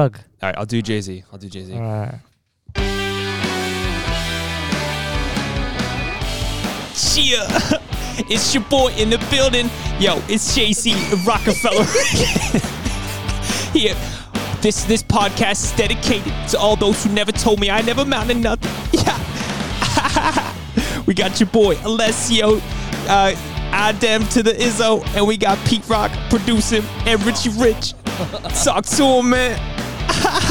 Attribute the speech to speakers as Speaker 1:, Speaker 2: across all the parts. Speaker 1: Rug.
Speaker 2: All right, I'll do Jay Z. I'll do Jay Z.
Speaker 1: All right.
Speaker 2: Chia, it's your boy in the building. Yo, it's JC Rockefeller. Here, this this podcast is dedicated to all those who never told me I never mounted nothing. Yeah, we got your boy Alessio, uh, Adam to the Izzo, and we got Pete Rock producing and Richie Rich. Talk to him, man. yep.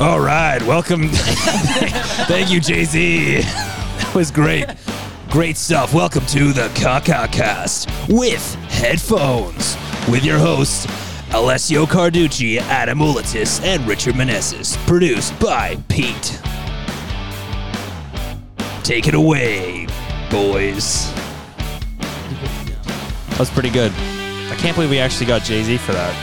Speaker 3: All right, welcome. Thank you, Jay Z. That was great. Great stuff. Welcome to the Kaka Cast with headphones with your hosts, Alessio Carducci, Adam Ulitis, and Richard Meneses. Produced by Pete. Take it away, boys.
Speaker 2: That was pretty good. I can't believe we actually got Jay Z for that.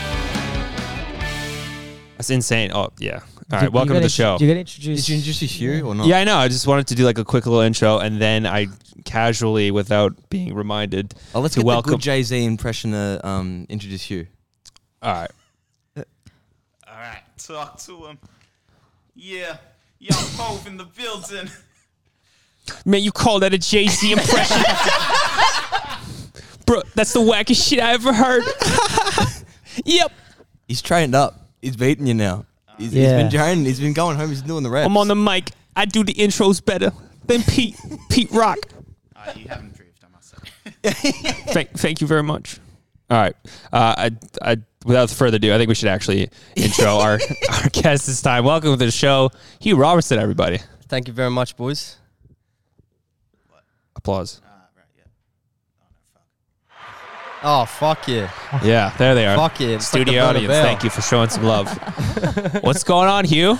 Speaker 2: That's insane. Oh, yeah. All right, welcome to the show.
Speaker 1: You gotta introduce.
Speaker 4: Did you introduce you or not?
Speaker 2: Yeah, I know. I just wanted to do like a quick little intro, and then I casually, without being reminded,
Speaker 4: Oh, let's
Speaker 2: to
Speaker 4: get
Speaker 2: welcome.
Speaker 4: the good Jay Z impression to um, introduce you.
Speaker 2: All right.
Speaker 5: All right, talk to him. Yeah, young Hove in the building.
Speaker 2: Man, you call that a Jay Z impression? Bro, that's the wackest shit I ever heard. yep.
Speaker 4: He's trained up. He's beating you now. He's,
Speaker 1: Yeah.
Speaker 4: he's been training. He's been going home. He's doing the reps.
Speaker 2: I'm on the mic. I do the intros better than Pete, Pete Rock.
Speaker 5: Uh, you haven't proved, I must say.
Speaker 2: thank, thank you very much. All right. Uh, I, I, without further ado, I think we should actually intro our, our guest this time. Welcome to the show, Hugh Robertson, everybody.
Speaker 6: Thank you very much, boys.
Speaker 2: Applause.
Speaker 5: Ah, right, yeah. Oh, no, fuck.
Speaker 6: Oh, fuck yeah.
Speaker 2: Yeah, there they are.
Speaker 6: Fuck yeah. It's like the
Speaker 2: Studio
Speaker 6: Bernabeu.
Speaker 2: audience, thank you for showing some love. What's going on, Hugh?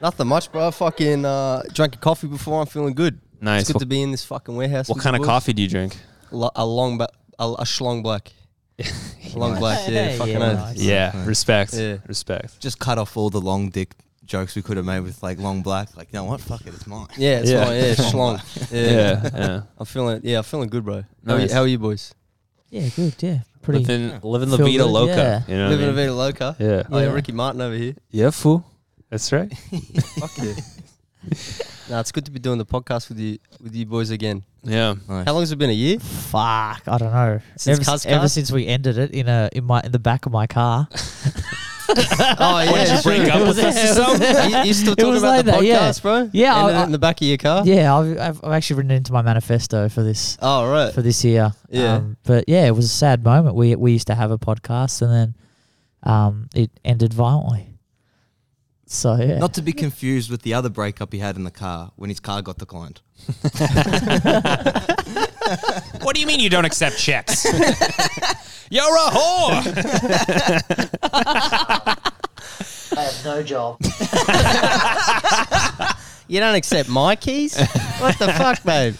Speaker 6: Nothing much, bro. I fucking uh, drank a coffee before. I'm feeling good.
Speaker 2: Nice.
Speaker 6: It's good
Speaker 2: What-
Speaker 6: to be in this fucking warehouse.
Speaker 2: What
Speaker 6: with
Speaker 2: kind
Speaker 6: you
Speaker 2: of
Speaker 6: boys.
Speaker 2: coffee do you drink?
Speaker 6: Lo- a long, ba- a, a schlong black. a long black, yeah.
Speaker 1: Yeah,
Speaker 6: fucking
Speaker 1: yeah,
Speaker 6: oath.
Speaker 1: nice.
Speaker 2: Yeah,
Speaker 4: nice.
Speaker 2: respect.
Speaker 6: Yeah.
Speaker 2: Respect.
Speaker 4: Just cut off all the long dick jokes we could have made with like long black. Like, you know what? Fuck it. It's mine.
Speaker 6: Yeah, it's
Speaker 2: Yeah.
Speaker 6: yeah. yeah, schlong. Yeah.
Speaker 2: Yeah, yeah.
Speaker 6: I'm feeling, yeah, I'm feeling good, bro. How, are
Speaker 2: Nice.
Speaker 6: you, how are you, boys?
Speaker 1: Yeah, good. Yeah, pretty.
Speaker 2: Living, living la
Speaker 1: Feel
Speaker 2: vida
Speaker 1: good,
Speaker 2: loca. You know what I
Speaker 6: Living a
Speaker 2: mean?
Speaker 6: bit of loca.
Speaker 2: Yeah.
Speaker 6: Oh, yeah,
Speaker 1: Yeah.
Speaker 6: Ricky Martin over here.
Speaker 2: Yeah, fool. That's right.
Speaker 6: Fuck yeah. nah, it's good to be doing the podcast with you, with you boys again.
Speaker 2: Yeah.
Speaker 4: Nice.
Speaker 6: How long has it been? A year?
Speaker 1: Fuck, I don't know.
Speaker 6: Since
Speaker 1: ever,
Speaker 6: Cuz
Speaker 1: ever
Speaker 6: Cuz?
Speaker 1: since we ended it in a in my in the back of my car.
Speaker 6: Oh yeah.
Speaker 2: did you
Speaker 6: sure.
Speaker 2: break up with us or something?
Speaker 6: You, you still
Speaker 1: It
Speaker 6: talking
Speaker 1: was
Speaker 6: about
Speaker 1: like
Speaker 6: the
Speaker 1: that,
Speaker 6: podcast,
Speaker 1: yeah.
Speaker 6: bro?
Speaker 1: Yeah,
Speaker 6: Ended
Speaker 1: I-
Speaker 6: it in the back of your car.
Speaker 1: Yeah, I've, I've I've actually written it into my manifesto for this
Speaker 6: Oh right.
Speaker 1: for this year. Um,
Speaker 6: Yeah.
Speaker 1: but yeah, it was a sad moment. We we used to have a podcast, and then um, it ended violently. So yeah.
Speaker 4: Not to be confused with the other breakup he had in the car when his car got declined.
Speaker 2: What do you mean you don't accept checks? You're a whore.
Speaker 1: I have no job.
Speaker 6: You don't accept my keys? what the fuck, babe?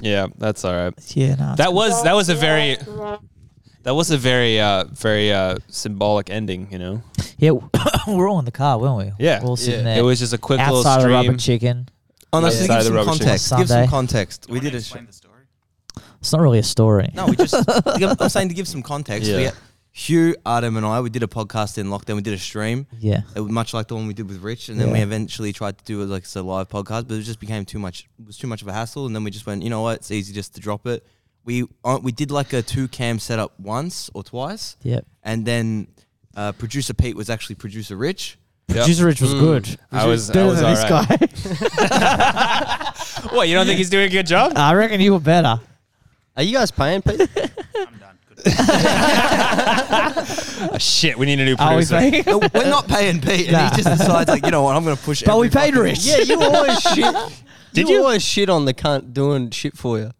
Speaker 2: Yeah, that's all right.
Speaker 1: yeah, no.
Speaker 2: That was that was a very that was a very uh very uh symbolic ending, you know.
Speaker 1: yeah, we were all in the car, weren't we?
Speaker 2: Yeah.
Speaker 1: we are all sitting
Speaker 6: Yeah.
Speaker 1: there.
Speaker 2: It was just a quick little
Speaker 1: outside of
Speaker 2: stream.
Speaker 1: Rubber Chicken.
Speaker 4: Honestly,
Speaker 2: Outside
Speaker 4: Oh, give
Speaker 2: the
Speaker 4: some
Speaker 2: rubber chicken.
Speaker 4: context. Give
Speaker 1: Sunday.
Speaker 4: some context.
Speaker 5: Do
Speaker 4: We
Speaker 5: you wanna
Speaker 4: did a sh-
Speaker 5: explain the story.
Speaker 1: It's not really a story.
Speaker 4: No, we just. I'm saying to give some context.
Speaker 2: Yeah.
Speaker 4: We, Hugh, Adam, and I, we did a podcast in lockdown. We did a stream,
Speaker 1: Yeah.
Speaker 4: it was much like the one we did with Rich, and then we
Speaker 1: Yeah.
Speaker 4: eventually tried to do like a live podcast, but it just became too much. It was too much of a hassle, and then we just went, you know what? It's easy just to drop it. We uh, we did like a two cam setup once or twice,
Speaker 1: Yep.
Speaker 4: and then uh, producer Pete was actually producer Rich.
Speaker 2: Yep.
Speaker 1: Producer Rich was good.
Speaker 2: Hmm. I was I
Speaker 1: Better
Speaker 2: was
Speaker 1: than
Speaker 2: all
Speaker 1: this
Speaker 2: right.
Speaker 1: guy.
Speaker 2: What, you don't think he's doing a good job?
Speaker 1: I reckon you were better.
Speaker 6: Are you guys paying Pete?
Speaker 5: I'm done. Good.
Speaker 2: Oh, shit, we need a new
Speaker 1: I was
Speaker 2: producer.
Speaker 1: making.
Speaker 4: No, We're not paying Pete, and
Speaker 1: Nah.
Speaker 4: he just decides like, you know what? I'm going to push.
Speaker 1: But we
Speaker 4: every
Speaker 1: paid
Speaker 4: fucking-
Speaker 1: Rich.
Speaker 6: yeah, you always shit.
Speaker 2: Did
Speaker 6: you,
Speaker 2: you?
Speaker 6: always shit on the cunt doing shit for you?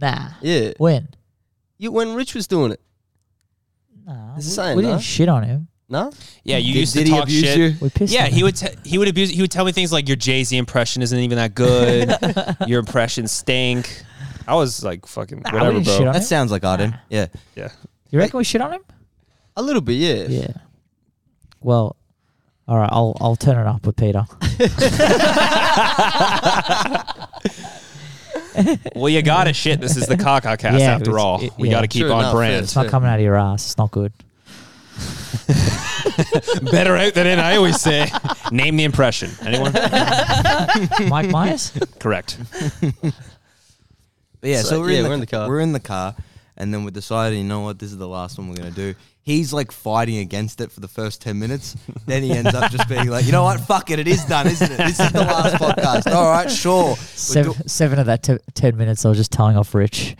Speaker 1: Nah.
Speaker 6: Yeah.
Speaker 1: When?
Speaker 6: You when Rich was doing it?
Speaker 1: Nah.
Speaker 6: It's
Speaker 1: we,
Speaker 6: the same,
Speaker 1: we didn't
Speaker 6: no?
Speaker 1: shit on him.
Speaker 6: No.
Speaker 2: yeah, you
Speaker 4: Did-
Speaker 2: used
Speaker 4: did
Speaker 2: to
Speaker 4: he
Speaker 2: talk
Speaker 4: abuse
Speaker 2: shit.
Speaker 4: you?
Speaker 1: We pissed.
Speaker 2: Yeah,
Speaker 1: on
Speaker 2: he
Speaker 1: him.
Speaker 2: would t- he would abuse he would tell me things like your Jay Z impression isn't even that good. your impressions stink. I was like fucking
Speaker 1: Nah, we
Speaker 2: whatever,
Speaker 1: didn't
Speaker 2: bro.
Speaker 1: shit on
Speaker 4: That
Speaker 1: him.
Speaker 4: sounds like Arden. Yeah.
Speaker 2: yeah.
Speaker 1: You reckon we shit on him?
Speaker 6: A little bit, yeah.
Speaker 1: Yeah. Well, All right, I'll I'll turn it up with Peter.
Speaker 2: Well, you got to shit. This is the Kaka cast
Speaker 1: Yeah,
Speaker 2: after
Speaker 1: it's-
Speaker 2: all.
Speaker 1: it-
Speaker 2: we
Speaker 1: yeah.
Speaker 2: got to keep
Speaker 6: True
Speaker 2: on
Speaker 6: enough,
Speaker 2: brand.
Speaker 1: It's not
Speaker 6: Sure.
Speaker 1: coming out of your ass. It's not good.
Speaker 2: Better out than in, I always say. Name the impression. Anyone?
Speaker 1: Mike Myers.
Speaker 2: Correct.
Speaker 4: But yeah, so,
Speaker 6: So,
Speaker 4: we're,
Speaker 6: yeah,
Speaker 4: in, the
Speaker 6: we're in the car.
Speaker 4: We're in the car, and then we're deciding, you know what, this is the last one we're gonna do. He's like fighting against it for the first ten minutes. then he ends up just being like, you know what, fuck it, it is done, isn't it? This is the last podcast. All right, sure. We're
Speaker 1: Seven, seven of that t- ten minutes, I was just telling off Rich.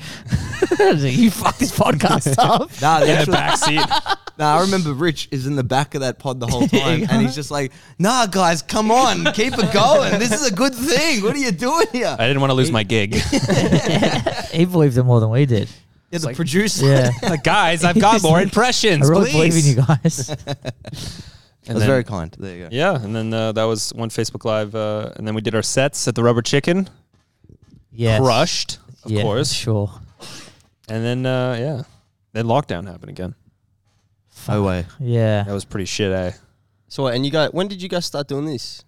Speaker 1: you fuck this podcast up.
Speaker 4: do- nah, the
Speaker 2: In the
Speaker 4: actual-
Speaker 2: back seat.
Speaker 4: nah, I remember Rich is in the back of that pod the whole time, and he's just like, nah, guys, come on, keep it going. This is a good thing. What are you doing here?
Speaker 2: I didn't want to lose my gig.
Speaker 1: He believed it more than we did.
Speaker 4: Yeah, the producer.
Speaker 1: Yeah,
Speaker 2: Like, guys, I've got more impressions.
Speaker 1: I really
Speaker 2: please.
Speaker 1: believe in you guys.
Speaker 4: That was
Speaker 2: then-
Speaker 4: very kind. There you go.
Speaker 2: Yeah, and then uh, that was one Facebook Live, uh, and then we did our sets at the Rubber Chicken,
Speaker 1: Yeah,
Speaker 2: crushed, of course,
Speaker 1: Sure.
Speaker 2: and then uh, yeah, then lockdown happened again.
Speaker 4: No way.
Speaker 2: That
Speaker 1: Yeah.
Speaker 2: was pretty shit. Eh?
Speaker 6: So what, and you guys, when did you guys start doing this?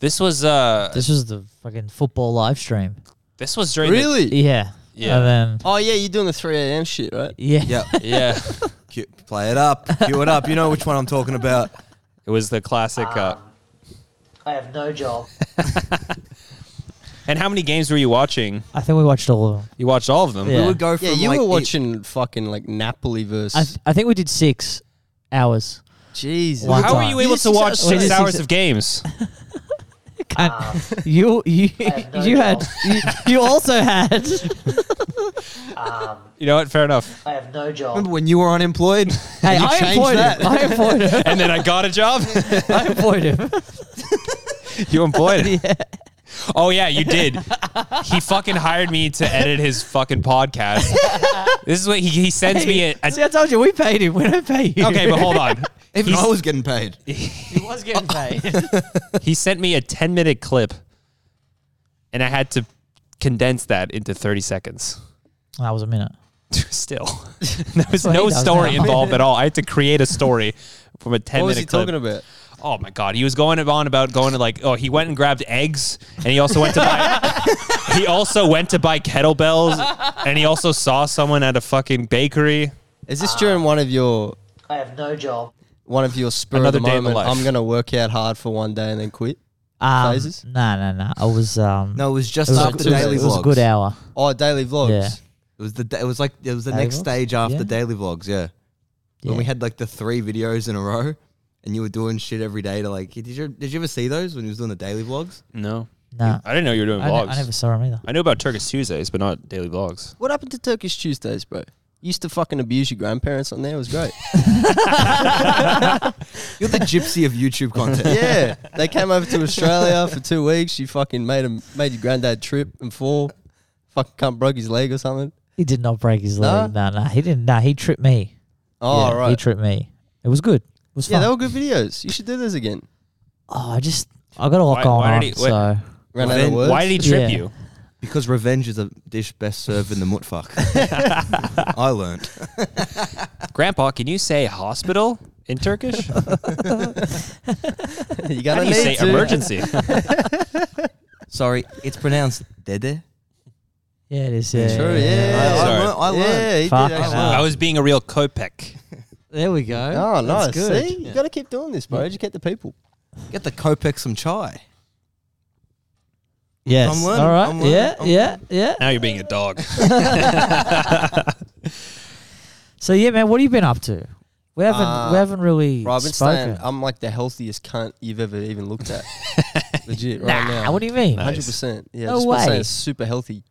Speaker 2: This was uh, this,
Speaker 1: This was the fucking football live stream.
Speaker 2: was during the-
Speaker 6: Really?
Speaker 1: Yeah.
Speaker 2: Yeah.
Speaker 1: And then
Speaker 6: Oh yeah, you're doing the 3 a.m. shit, right?
Speaker 1: yeah.
Speaker 4: Yeah.
Speaker 2: yeah,
Speaker 4: Cue- Play it up. Cue it up. You know which one I'm talking about.
Speaker 2: it was the classic. Uh,
Speaker 1: Um, I have no job.
Speaker 2: and how many games were you watching?
Speaker 1: I think we watched all of them.
Speaker 2: You watched all of them.
Speaker 1: Yeah.
Speaker 4: We would go from
Speaker 6: Yeah, you
Speaker 4: like
Speaker 6: were
Speaker 4: it-
Speaker 6: watching fucking like Napoli versus
Speaker 1: I, th- I think we did six hours.
Speaker 6: Jesus.
Speaker 1: One
Speaker 2: How were
Speaker 1: time.
Speaker 2: you able
Speaker 6: Six
Speaker 2: to watch
Speaker 6: hours.
Speaker 2: six
Speaker 1: Six
Speaker 2: hours
Speaker 1: hours.
Speaker 2: of games?
Speaker 1: Can't-
Speaker 2: Ah.
Speaker 1: you you you had you, you also had.
Speaker 2: You know what? Fair enough.
Speaker 1: I have no job.
Speaker 4: Remember when you were unemployed?
Speaker 1: Hey, I
Speaker 4: changed
Speaker 1: employed
Speaker 4: that.
Speaker 1: him. I employed him.
Speaker 2: And then I got a job.
Speaker 1: I employed him.
Speaker 2: you employed him. Oh yeah, you did. He fucking hired me to edit his fucking podcast. this is what he, he sends me a, a
Speaker 1: See, I told you we paid him. We don't pay you.
Speaker 2: Okay, but hold on.
Speaker 4: Even
Speaker 2: He's-
Speaker 4: I was getting paid.
Speaker 1: he was getting paid.
Speaker 2: He sent me a 10 minute clip and I had to condense that into 30 seconds.
Speaker 1: that was a minute.
Speaker 2: Still. There was
Speaker 1: what he
Speaker 2: no
Speaker 1: does
Speaker 2: story
Speaker 1: now.
Speaker 2: involved at all. I had to create a story from a 10
Speaker 6: What was
Speaker 2: minute
Speaker 6: he
Speaker 2: clip.
Speaker 6: talking about?
Speaker 2: Oh my god, he was going on about going to like oh he went and grabbed eggs and he also went to buy he also went to buy kettlebells and he also saw someone at a fucking bakery.
Speaker 6: Is this during one of your
Speaker 1: I have no job.
Speaker 6: one of your spur
Speaker 2: Another
Speaker 6: of the
Speaker 2: day in the
Speaker 6: moment?
Speaker 2: life.
Speaker 6: I'm gonna work out hard for one day and then quit.
Speaker 1: Um,
Speaker 6: Phases?
Speaker 1: No, no, no. I was um.
Speaker 4: No, it was just
Speaker 1: it was, a,
Speaker 4: after
Speaker 1: it was-
Speaker 4: daily
Speaker 1: it was
Speaker 4: vlogs.
Speaker 1: a good hour.
Speaker 6: Oh, daily vlogs.
Speaker 1: Yeah.
Speaker 4: It was the da- it was like it was the
Speaker 1: Daily
Speaker 4: next
Speaker 1: vlogs?
Speaker 4: stage after
Speaker 1: Yeah.
Speaker 4: daily vlogs. Yeah.
Speaker 1: Yeah.
Speaker 4: when we had like the three videos in a row, and you were doing shit every day to like. Did you did you ever see those when you was doing the daily vlogs?
Speaker 2: No.
Speaker 1: no.
Speaker 2: I didn't know you were doing
Speaker 1: I, ne-
Speaker 2: vlogs.
Speaker 1: I never saw him either.
Speaker 2: I knew about Turkish Tuesdays, but not daily vlogs.
Speaker 6: What happened to Turkish Tuesdays, bro? You used to fucking abuse your grandparents on there. It was great.
Speaker 4: You're the gypsy of YouTube content.
Speaker 6: yeah, they came over to Australia for two weeks. You fucking made him made your granddad trip and fall. Fucking cunt broke his leg or something.
Speaker 1: He did not break his
Speaker 6: No?
Speaker 1: leg. No, no, he didn't. No, he tripped me.
Speaker 6: Oh
Speaker 1: yeah, He
Speaker 6: right.
Speaker 1: tripped me. It was good. It was
Speaker 6: Yeah,
Speaker 1: fun.
Speaker 6: they were good videos. You should do those again.
Speaker 1: oh, I just I got a lot
Speaker 2: Why-
Speaker 1: going
Speaker 2: why
Speaker 1: on.
Speaker 2: did he- wait.
Speaker 1: so
Speaker 6: Ran out
Speaker 4: Then
Speaker 6: of words.
Speaker 2: Why did he trip
Speaker 1: Yeah.
Speaker 2: you?
Speaker 4: Because revenge is a dish best served in the mutfuck. I learned.
Speaker 2: Grandpa, can you say hospital in Turkish?
Speaker 6: you
Speaker 2: How
Speaker 6: gotta
Speaker 2: do you say
Speaker 6: need to.
Speaker 2: emergency?
Speaker 4: Sorry, it's pronounced dede.
Speaker 1: yeah, it is. Yeah,
Speaker 6: True. Yeah.
Speaker 4: I, I
Speaker 2: Sorry.
Speaker 4: learned. I learned.
Speaker 6: Yeah, he
Speaker 1: Fuck.
Speaker 6: did
Speaker 1: I
Speaker 6: actually.
Speaker 1: learned.
Speaker 2: I was being a real Kopek.
Speaker 1: There we go.
Speaker 6: Oh, nice.
Speaker 1: That's good.
Speaker 6: See, you gotta keep doing this, bro. Educate the people.
Speaker 4: Get the Copex some chai.
Speaker 1: Yes.
Speaker 4: I'm learning,
Speaker 1: All right.
Speaker 4: I'm learning,
Speaker 1: yeah.
Speaker 4: I'm
Speaker 1: yeah. Yeah.
Speaker 2: Now you're being a dog.
Speaker 1: So yeah, man, what have you been up to? We haven't
Speaker 6: Uh,
Speaker 1: we haven't really
Speaker 6: Bro, I've been
Speaker 1: spoken.
Speaker 6: saying I'm like the healthiest cunt you've ever even looked at. Legit, right
Speaker 1: nah,
Speaker 6: now.
Speaker 1: what do you mean?
Speaker 2: Nah.
Speaker 6: Hundred percent. Yeah,
Speaker 1: No
Speaker 6: just been
Speaker 1: way.
Speaker 6: saying super healthy.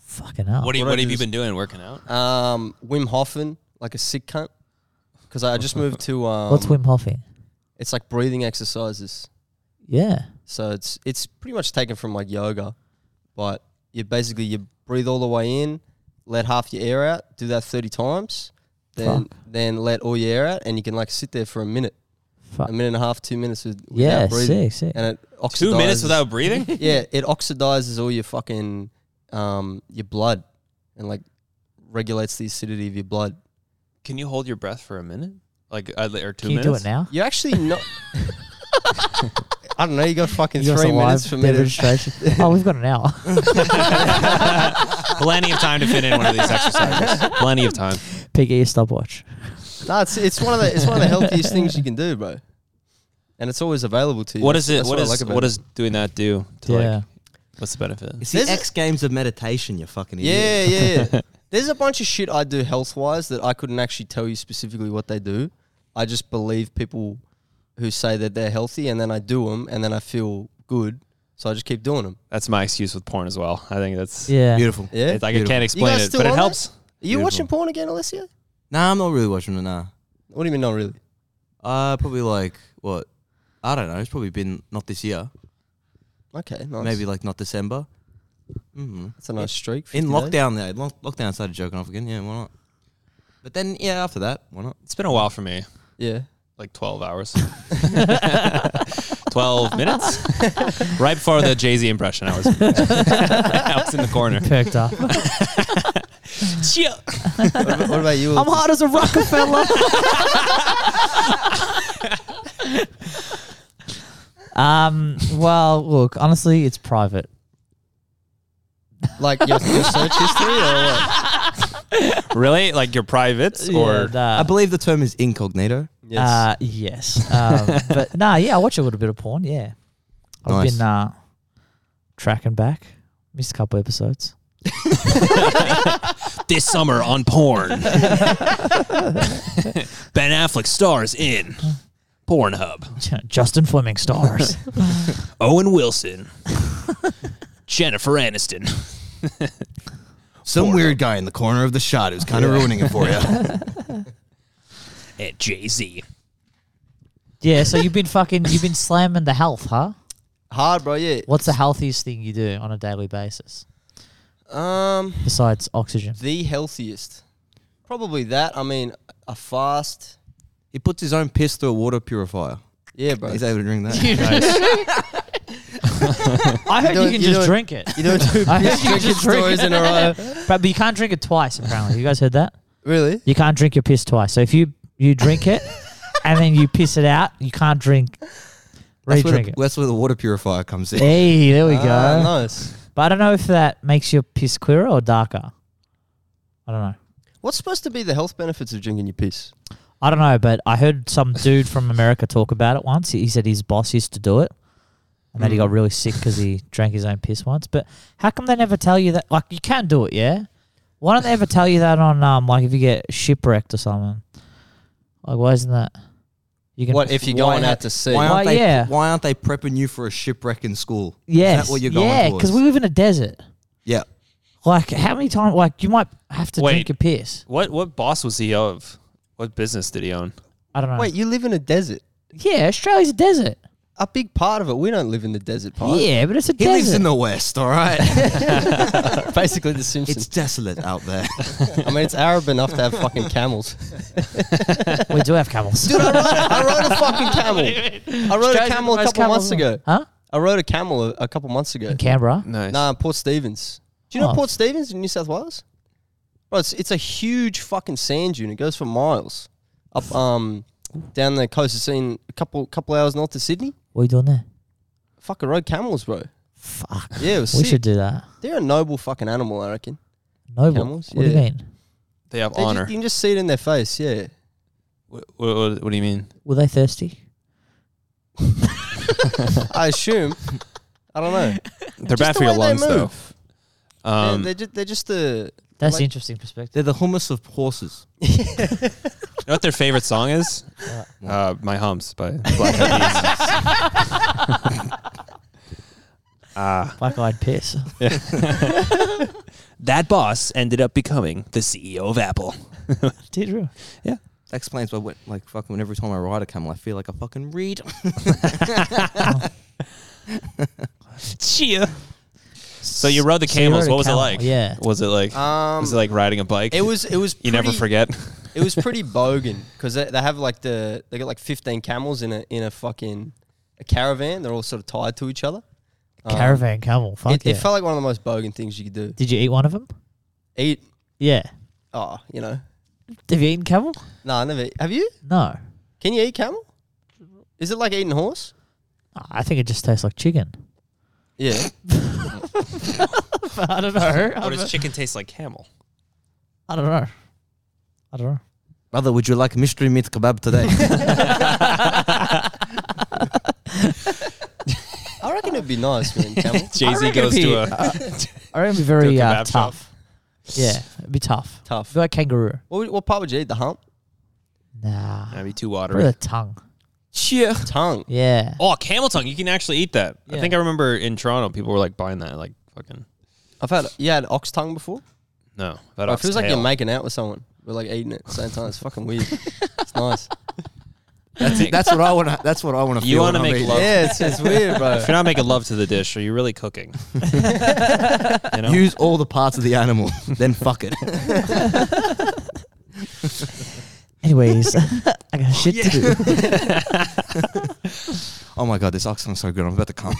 Speaker 1: Fucking hell.
Speaker 2: What, do you,
Speaker 6: What
Speaker 2: what
Speaker 6: I
Speaker 2: have
Speaker 6: do
Speaker 2: you
Speaker 6: is-
Speaker 2: been doing? Working out?
Speaker 6: Um, Wim Hofen, like a sick cunt, because I just moved to um.
Speaker 1: What's Wim Hoffing?
Speaker 6: It's like breathing exercises.
Speaker 1: Yeah.
Speaker 6: So it's it's pretty much taken from like yoga, but you basically you breathe all the way in, let half your air out, do that thirty times, then then let all your air out, and you can like sit there for a minute,
Speaker 1: Fuck.
Speaker 6: a minute and a half, two minutes with, without
Speaker 1: Yeah.
Speaker 6: breathing,
Speaker 1: Sick. Sick.
Speaker 6: and it oxidizes.
Speaker 2: Two minutes without breathing?
Speaker 6: yeah, it oxidizes all your fucking um your blood, and like regulates the acidity of your blood.
Speaker 2: Can you hold your breath for a minute? Like uh, or two
Speaker 1: Can you
Speaker 2: minutes?
Speaker 1: do it now?
Speaker 6: You're actually not. I don't know. You got fucking
Speaker 1: You got
Speaker 6: three
Speaker 1: some
Speaker 6: minutes for
Speaker 1: live
Speaker 6: me to.
Speaker 1: demonstration. oh, we've got an hour.
Speaker 2: Plenty of time to fit in one of these exercises. Plenty of time.
Speaker 1: Piggy a stopwatch.
Speaker 6: No, it's, it's one of the it's one of the healthiest things you can do, bro. And it's always available to you.
Speaker 2: What is it?
Speaker 6: That's
Speaker 2: What
Speaker 6: I
Speaker 2: is
Speaker 6: like about
Speaker 2: what does doing that do? To
Speaker 1: Yeah.
Speaker 2: like, what's the benefit?
Speaker 4: It's the
Speaker 6: There's a-
Speaker 4: X Games of meditation, you fucking idiot.
Speaker 6: Yeah, yeah, yeah. There's a bunch of shit I do health wise that I couldn't actually tell you specifically what they do. I just believe people who say that they're healthy, and then I do them, and then I feel good, so I just keep doing them.
Speaker 2: That's my excuse with porn as well. I think that's
Speaker 1: Yeah.
Speaker 4: Beautiful.
Speaker 6: Yeah.
Speaker 2: It's like I can't
Speaker 6: You
Speaker 2: explain
Speaker 6: guys
Speaker 2: it,
Speaker 6: still
Speaker 2: but it
Speaker 6: on
Speaker 2: helps.
Speaker 6: Are you watching porn again, Alessia?
Speaker 4: Nah, I'm not really watching it. Nah.
Speaker 6: What do you mean? Not really.
Speaker 4: Uh, probably like what? I don't know. It's probably been not this year.
Speaker 6: Okay, nice.
Speaker 4: Maybe like not December. hmm
Speaker 6: that's a nice streak.
Speaker 4: In
Speaker 6: 50 days.
Speaker 4: lockdown, though, lock, lockdown started joking off again. Yeah, why not? But then, yeah, after that, why not?
Speaker 2: It's been a while for me.
Speaker 6: Yeah.
Speaker 2: Like twelve hours. twelve minutes? right before the Jay Z impression I was I was in the corner.
Speaker 1: Perked up.
Speaker 2: Chill.
Speaker 6: what, about, what about you?
Speaker 1: I'm hard as a Rockefeller. um. Well, look. Honestly, it's private.
Speaker 6: like your, your search history or what?
Speaker 2: Really? Like your privates or
Speaker 1: yeah,
Speaker 4: I
Speaker 1: nah.
Speaker 4: believe the term is incognito.
Speaker 6: Yes.
Speaker 1: Uh, yes. Um, but nah, yeah, I watch a little bit of porn. Yeah, I've
Speaker 4: Nice.
Speaker 1: been uh, tracking back. Missed a couple episodes.
Speaker 2: this summer on porn. ben Affleck stars in Pornhub.
Speaker 1: Justin Fleming stars.
Speaker 2: Owen Wilson. Jennifer Aniston.
Speaker 4: Some weird guy in the corner of the shot who's kind of ruining it for you.
Speaker 2: and Jay Z.
Speaker 1: yeah. So you've been fucking. You've been slamming the health, huh?
Speaker 6: Hard, bro. Yeah.
Speaker 1: What's the healthiest thing you do on a daily basis
Speaker 6: Um,
Speaker 1: besides oxygen?
Speaker 6: the healthiest. Probably that. I mean, a fast.
Speaker 4: he puts his own piss through a water purifier.
Speaker 6: Yeah, bro.
Speaker 4: He's able to drink that.
Speaker 1: I heard
Speaker 6: doing-
Speaker 1: you can
Speaker 6: you're
Speaker 1: just
Speaker 6: doing-
Speaker 1: drink it.
Speaker 6: You don't do
Speaker 1: I think you
Speaker 6: piss drinking
Speaker 1: just drink
Speaker 6: stories
Speaker 1: it.
Speaker 6: in a row.
Speaker 1: But, but you can't drink it twice. Apparently, you guys heard that.
Speaker 6: Really?
Speaker 1: You can't drink your piss twice. So if you you drink it and then you piss it out, you can't drink.
Speaker 4: That's where,
Speaker 1: Re-drink
Speaker 4: the,
Speaker 1: it.
Speaker 4: that's where the water purifier comes in.
Speaker 1: Hey, there we go.
Speaker 6: Ah, nice.
Speaker 1: But I don't know if that makes your piss clearer or darker. I don't know.
Speaker 6: What's supposed to be the health benefits of drinking your piss?
Speaker 1: I don't know, but I heard some dude from America talk about it once. He he said his boss used to do it, and then he
Speaker 6: Hmm.
Speaker 1: got really sick because he drank his own piss once. But how come they never tell you that? Like, you can do it, yeah. Why don't they ever tell you that on um, like if you get shipwrecked or something? Like, why isn't that? You
Speaker 6: What if you're
Speaker 4: Why
Speaker 6: going
Speaker 4: ha-
Speaker 6: out to sea?
Speaker 4: Why aren't,
Speaker 1: Why-
Speaker 4: they,
Speaker 1: yeah.
Speaker 4: why aren't they prepping you for a shipwreck in school?
Speaker 1: Yes.
Speaker 4: Is that what you're going
Speaker 1: yeah, because we
Speaker 4: towards?
Speaker 1: live in a desert.
Speaker 4: yeah.
Speaker 1: Like, how many times? Like, you might have to
Speaker 2: Wait.
Speaker 1: drink your piss.
Speaker 2: What what boss was he of? What business did he own?
Speaker 1: I don't know.
Speaker 6: Wait, you live in a desert.
Speaker 1: Yeah, Australia's a desert.
Speaker 6: A big part of it. We don't live in the desert part.
Speaker 1: Yeah, but it's a
Speaker 4: He
Speaker 1: desert.
Speaker 4: lives in the West, all right?
Speaker 6: Basically, the
Speaker 4: it's
Speaker 6: Simpsons.
Speaker 4: desolate out there.
Speaker 6: I mean, it's Arab enough to have fucking camels.
Speaker 1: we do have camels.
Speaker 6: Dude, I rode, I rode a fucking camel. I rode a camel a
Speaker 1: Most
Speaker 6: couple
Speaker 1: camels-
Speaker 6: months ago.
Speaker 1: Huh?
Speaker 6: I rode a camel a, a couple months ago.
Speaker 1: In Canberra.
Speaker 2: Nice.
Speaker 6: Nah, Port Stevens. Do you know
Speaker 1: Oh.
Speaker 6: Port Stevens in New South Wales? Bro, it's, it's a huge fucking sand dune. It goes for miles up um down the coast. It's in a couple couple hours north of Sydney.
Speaker 1: What are you doing there?
Speaker 6: Fuck, I rode camels, bro.
Speaker 1: Fuck.
Speaker 6: Yeah, it was
Speaker 1: We
Speaker 6: sick.
Speaker 1: should do that.
Speaker 6: They're a noble fucking animal, I reckon.
Speaker 1: Noble.
Speaker 6: Camels?
Speaker 1: What do
Speaker 6: Yeah.
Speaker 1: you mean?
Speaker 2: they have
Speaker 6: They ju-
Speaker 2: honor.
Speaker 6: you can just see it in their face. Yeah.
Speaker 2: what, what, what do you mean?
Speaker 1: Were they thirsty?
Speaker 6: I assume. I don't know.
Speaker 2: They're
Speaker 6: Just
Speaker 2: bad
Speaker 6: the
Speaker 2: for your
Speaker 6: way
Speaker 2: lungs
Speaker 6: they
Speaker 2: though.
Speaker 6: move.
Speaker 2: Um,
Speaker 6: they're, just, they're just the.
Speaker 1: That's
Speaker 6: Like-
Speaker 1: interesting perspective.
Speaker 4: They're the hummus of horses.
Speaker 2: you know what their favorite song is? Uh, My Humps by Black Eyed Peas.
Speaker 1: Black eyed piss.
Speaker 2: That boss ended up becoming the CEO of Apple.
Speaker 1: Did you?
Speaker 4: That explains why, when, like, fucking every time I ride a camel, I feel like I fucking read.
Speaker 2: Cheer. So you rode the
Speaker 1: So you
Speaker 2: camels.
Speaker 1: rode a
Speaker 2: what was
Speaker 1: camel,
Speaker 2: it like?
Speaker 1: yeah.
Speaker 2: Was it like?
Speaker 6: Um,
Speaker 2: was it like riding a bike?
Speaker 6: It was. It was.
Speaker 2: You never
Speaker 6: pretty-
Speaker 2: forget.
Speaker 6: It was pretty bogan because they, they have like the they got like fifteen camels in a in a fucking a caravan. They're all sort of tied to each other. Um,
Speaker 1: Caravan camel. Fuck
Speaker 6: It,
Speaker 1: yeah.
Speaker 6: it felt like one of the most bogan things you could do.
Speaker 1: Did you eat one of them?
Speaker 6: Eat.
Speaker 1: Yeah.
Speaker 6: Oh, you know.
Speaker 1: Have you eaten camel?
Speaker 6: No, I never. Have you?
Speaker 1: No.
Speaker 6: Can you eat camel? Is it like eating horse?
Speaker 1: I think it just tastes like chicken.
Speaker 6: Yeah.
Speaker 1: I don't know. I
Speaker 2: Or does
Speaker 1: don't-
Speaker 2: chicken taste like camel?
Speaker 1: I don't know. I don't know.
Speaker 4: Brother, would you like mystery meat kebab today?
Speaker 6: I reckon it'd be nice, man. Camel.
Speaker 2: Jay Z
Speaker 1: reckon
Speaker 2: goes
Speaker 1: he- uh,
Speaker 2: to a
Speaker 1: I reckon it'd be very
Speaker 2: To a
Speaker 1: uh,
Speaker 2: kebab shop.
Speaker 1: tough. Yeah, it'd be tough.
Speaker 6: Tough.
Speaker 1: Be like kangaroo.
Speaker 6: What, would- what part would you eat? The hump?
Speaker 1: Nah.
Speaker 2: That'd be too
Speaker 1: Probably
Speaker 2: watery.
Speaker 1: the tongue.
Speaker 2: Yeah.
Speaker 6: Tongue.
Speaker 1: Yeah.
Speaker 2: Oh, camel tongue. You can actually eat that. I
Speaker 1: Yeah.
Speaker 2: think I remember in Toronto, people were like buying that. Like fucking
Speaker 6: I've had, you had ox tongue before?
Speaker 2: no. That
Speaker 6: it feels like
Speaker 2: oxtail.
Speaker 6: you're making out with someone. We're like eating it at the same time. It's fucking weird. It's nice.
Speaker 2: That's it.
Speaker 4: that's what I want. to That's what I want to.
Speaker 2: You
Speaker 4: want to
Speaker 2: make love.
Speaker 6: Yeah, it's, it's weird, bro.
Speaker 2: If you're not making love to the dish, are you really cooking? you know?
Speaker 4: Use all the parts of the animal, then fuck it.
Speaker 1: Anyways, I got shit to do.
Speaker 4: Oh my god, this ox sounds so good. I'm about to come.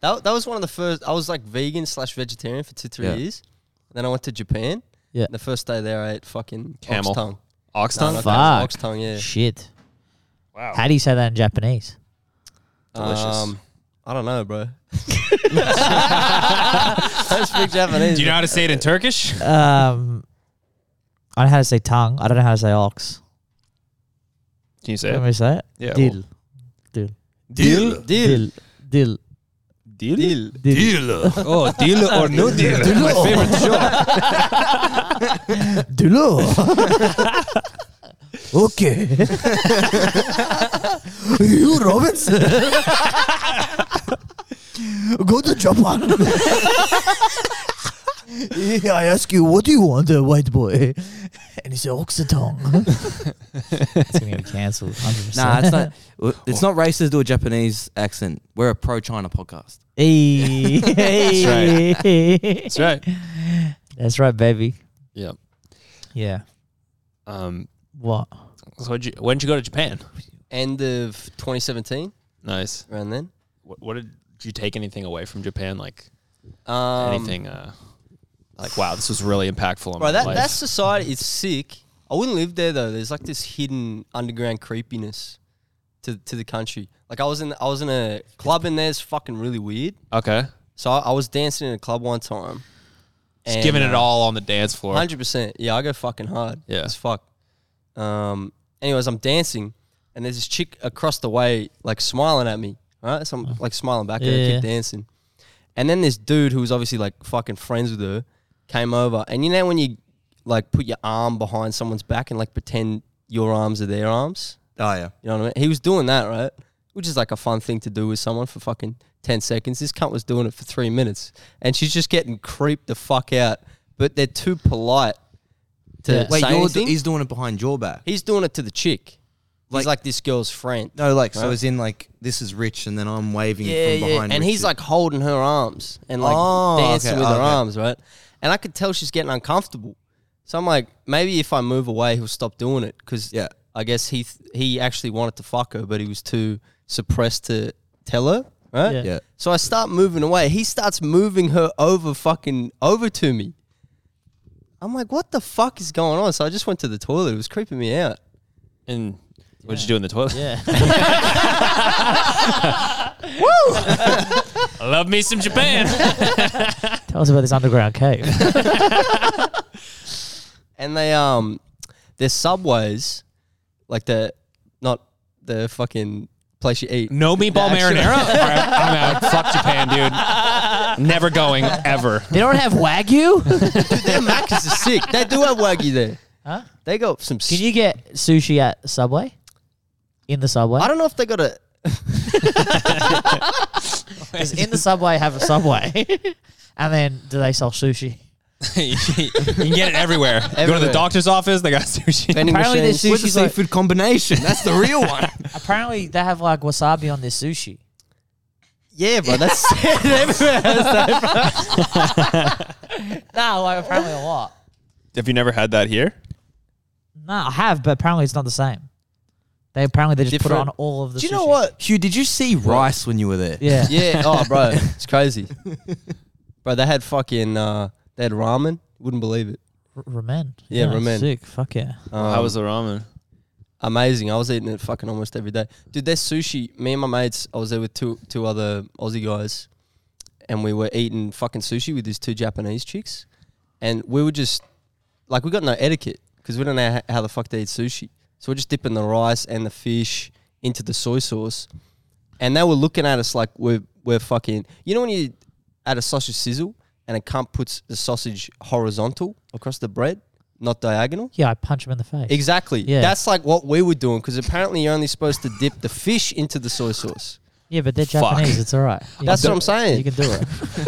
Speaker 6: That, that was one of the first. I was like vegan slash vegetarian for two three
Speaker 4: Yeah.
Speaker 6: years. Then I went to Japan.
Speaker 1: Yeah.
Speaker 6: The first day there, I ate fucking
Speaker 2: Camel.
Speaker 6: ox tongue.
Speaker 2: ox
Speaker 6: No,
Speaker 2: tongue.
Speaker 6: not
Speaker 1: Fuck.
Speaker 6: camel, Ox tongue. Yeah.
Speaker 1: Shit.
Speaker 2: Wow.
Speaker 1: How do you say that in Japanese?
Speaker 2: Delicious.
Speaker 6: Um, I don't know, bro. I don't speak Japanese.
Speaker 2: Do you know how to say it in Turkish?
Speaker 1: Um, I don't know how to say tongue. I don't know how to say ox.
Speaker 2: Can you say
Speaker 1: Let
Speaker 2: it?
Speaker 1: me say it.
Speaker 2: Yeah.
Speaker 1: Dil.
Speaker 2: well,
Speaker 3: Deal.
Speaker 1: Dil. Dil.
Speaker 3: Deal.
Speaker 1: Dil.
Speaker 2: Deal. Oh, deal or no deal. My favorite show.
Speaker 1: Dulo. okay. you, Robinson. Go to Japan. Yeah, I ask you, what do you want, uh, white boy? And he said, Oxitong. it's going to get cancelled. 100%.
Speaker 4: Nah, it's not. It's not racist to do a Japanese accent. We're a pro-China podcast.
Speaker 1: Hey.
Speaker 2: That's right.
Speaker 1: That's right, baby.
Speaker 2: Yeah.
Speaker 1: Yeah.
Speaker 2: Um.
Speaker 1: What?
Speaker 2: So what'd you, when did you go to Japan?
Speaker 6: End of 2017,
Speaker 2: Nice.
Speaker 6: around then.
Speaker 2: What, what did, did you take anything away from Japan? Like
Speaker 6: Um,
Speaker 2: anything? Uh, like wow, this was really impactful. In
Speaker 6: Bro,
Speaker 2: my
Speaker 6: that,
Speaker 2: life.
Speaker 6: that society is sick. I wouldn't live there though. There's like this hidden underground creepiness to to the country. Like I was in I was in a club and there's fucking really weird.
Speaker 2: okay.
Speaker 6: So I, I was dancing in a club one time. uh,
Speaker 2: Just giving it all on the dance floor.
Speaker 6: Hundred percent. Yeah, I go fucking hard.
Speaker 2: Yeah.
Speaker 6: as fuck. Um. Anyways, I'm dancing, and there's this chick across the way, like smiling at me. Right, so
Speaker 2: Uh-huh.
Speaker 6: I'm like smiling back at her,
Speaker 1: Yeah.
Speaker 6: keep dancing, and then this dude who was obviously like fucking friends with her came over, and you know when you like put your arm behind someone's back and like pretend your arms are their arms.
Speaker 4: Oh yeah.
Speaker 6: You know what I mean? He was doing that, right? Which is like a fun thing to do with someone for fucking 10 seconds. This cunt was doing it for three minutes. And she's just getting creeped the fuck out. But they're too polite to
Speaker 1: Yeah.
Speaker 4: Wait,
Speaker 6: say
Speaker 4: you're
Speaker 6: anything.
Speaker 4: do, he's doing it behind your back.
Speaker 6: he's doing it to the chick.
Speaker 4: Like-
Speaker 6: he's like this girl's friend.
Speaker 4: No, like so,
Speaker 6: Right.
Speaker 4: as in like this is Rich, and then I'm waving
Speaker 6: yeah,
Speaker 4: from behind.
Speaker 6: And he's
Speaker 4: Richard.
Speaker 6: like holding her arms and like
Speaker 4: Oh,
Speaker 6: dancing
Speaker 4: okay,
Speaker 6: with her
Speaker 4: okay.
Speaker 6: arms, right? And I could tell she's getting uncomfortable. So I'm like, maybe if I move away, he'll stop doing it because
Speaker 4: Yeah.
Speaker 6: I guess he th- he actually wanted to fuck her, but he was too suppressed to tell her, right?
Speaker 1: Yeah.
Speaker 4: yeah.
Speaker 6: So I start moving away. He starts moving her over fucking over to me. I'm like, what the fuck is going on? So I just went to the toilet. It was creeping me out.
Speaker 2: and what did you do in the toilet?
Speaker 1: Yeah.
Speaker 2: I love me some Japan.
Speaker 1: Tell us about this underground cave.
Speaker 6: And they um their subways, like the not the fucking place you eat.
Speaker 2: no meatball
Speaker 6: The actual-
Speaker 2: marinara. All right, I'm out. Fuck Japan, dude. Never going ever.
Speaker 1: they don't have wagyu.
Speaker 6: Their Macca's are sick. They do have wagyu there.
Speaker 1: Huh?
Speaker 6: They got some.
Speaker 1: Can you get sushi at Subway? In the Subway?
Speaker 6: I don't know if they got a.
Speaker 1: Does in the Subway have a Subway? and then do they sell sushi?
Speaker 2: you can get it everywhere. Go to the
Speaker 6: Everywhere.
Speaker 2: doctor's office. They got sushi.
Speaker 6: Vending
Speaker 1: Apparently
Speaker 6: machines.
Speaker 1: there's-
Speaker 4: Where's the
Speaker 1: She's like-
Speaker 4: seafood combination? That's the real one.
Speaker 1: Apparently, they have like wasabi on their sushi.
Speaker 6: yeah, bro. That's everywhere. has that.
Speaker 1: No, like apparently a lot.
Speaker 2: Have you never had that here?
Speaker 1: No, I have, but apparently it's not the same. They apparently they just put
Speaker 6: Different.
Speaker 1: on all of the.
Speaker 6: Do you know
Speaker 1: sushi.
Speaker 6: what?
Speaker 4: Hugh, did you see rice when you were there?
Speaker 1: Yeah.
Speaker 6: Yeah. Oh, bro, it's crazy. bro, they had fucking uh, they had ramen. Wouldn't believe it.
Speaker 1: R- ramen.
Speaker 6: Yeah, ramen.
Speaker 1: Sick. Fuck yeah.
Speaker 6: Um,
Speaker 2: the ramen?
Speaker 6: amazing. I was eating it fucking almost every day. Dude, their sushi, me and my mates, I was there with two two other Aussie guys and we were eating fucking sushi with these two Japanese chicks and we were just like we got no etiquette because we don't know h- how the fuck they eat sushi. So we're just dipping the rice and the fish into the soy sauce, and they were looking at us like we're we're fucking. You know when you add a sausage sizzle and a cunt puts the sausage horizontal across the bread, not diagonal.
Speaker 1: Yeah, I punch him in the face.
Speaker 6: Exactly.
Speaker 1: Yeah.
Speaker 6: That's like what we were doing because apparently you're only supposed to dip the fish into the soy sauce.
Speaker 1: yeah, but they're
Speaker 2: Fuck.
Speaker 1: Japanese. It's all right. You
Speaker 6: That's
Speaker 1: can
Speaker 6: what
Speaker 1: do it.
Speaker 6: I'm saying.
Speaker 1: You can do it.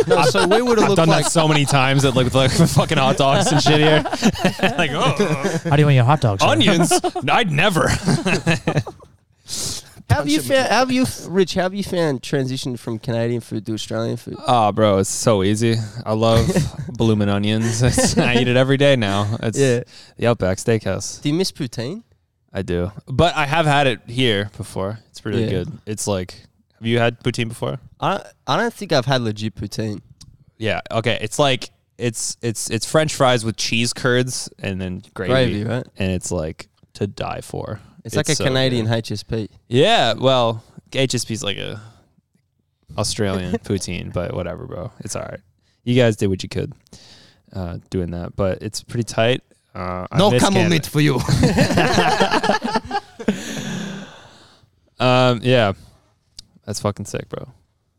Speaker 6: No, so we would have
Speaker 2: I've
Speaker 6: looked
Speaker 2: done
Speaker 6: like
Speaker 2: that so many times that like with like fucking hot dogs and shit here. like oh,
Speaker 1: How do you want your hot dogs? Sean?
Speaker 2: onions. I'd never.
Speaker 6: Have you found, have you, Rich, have you found transition from Canadian food to Australian food?
Speaker 2: Oh, bro, it's so easy. I love blooming onions. It's- I eat it every day now. It's
Speaker 6: Yeah.
Speaker 2: the Outback Steakhouse.
Speaker 6: Do you miss poutine?
Speaker 2: I do, but I have had it here before. It's really
Speaker 6: Yeah.
Speaker 2: good. It's like, have you had poutine before?
Speaker 6: I I don't think I've had legit poutine.
Speaker 2: Yeah. Okay. It's like it's it's it's French fries with cheese curds and then gravy,
Speaker 6: Gravy, right?
Speaker 2: And it's like to die for.
Speaker 6: It's, like a
Speaker 2: so
Speaker 6: Canadian
Speaker 2: good.
Speaker 6: HSP.
Speaker 2: Yeah. Well, HSP's like a Australian poutine, but whatever, bro. It's all right. You guys did what you could uh, doing that, but it's pretty tight. Uh, I
Speaker 4: No
Speaker 2: miss
Speaker 4: camel
Speaker 2: Canada.
Speaker 4: meat for you.
Speaker 2: Um, yeah, that's fucking sick, bro.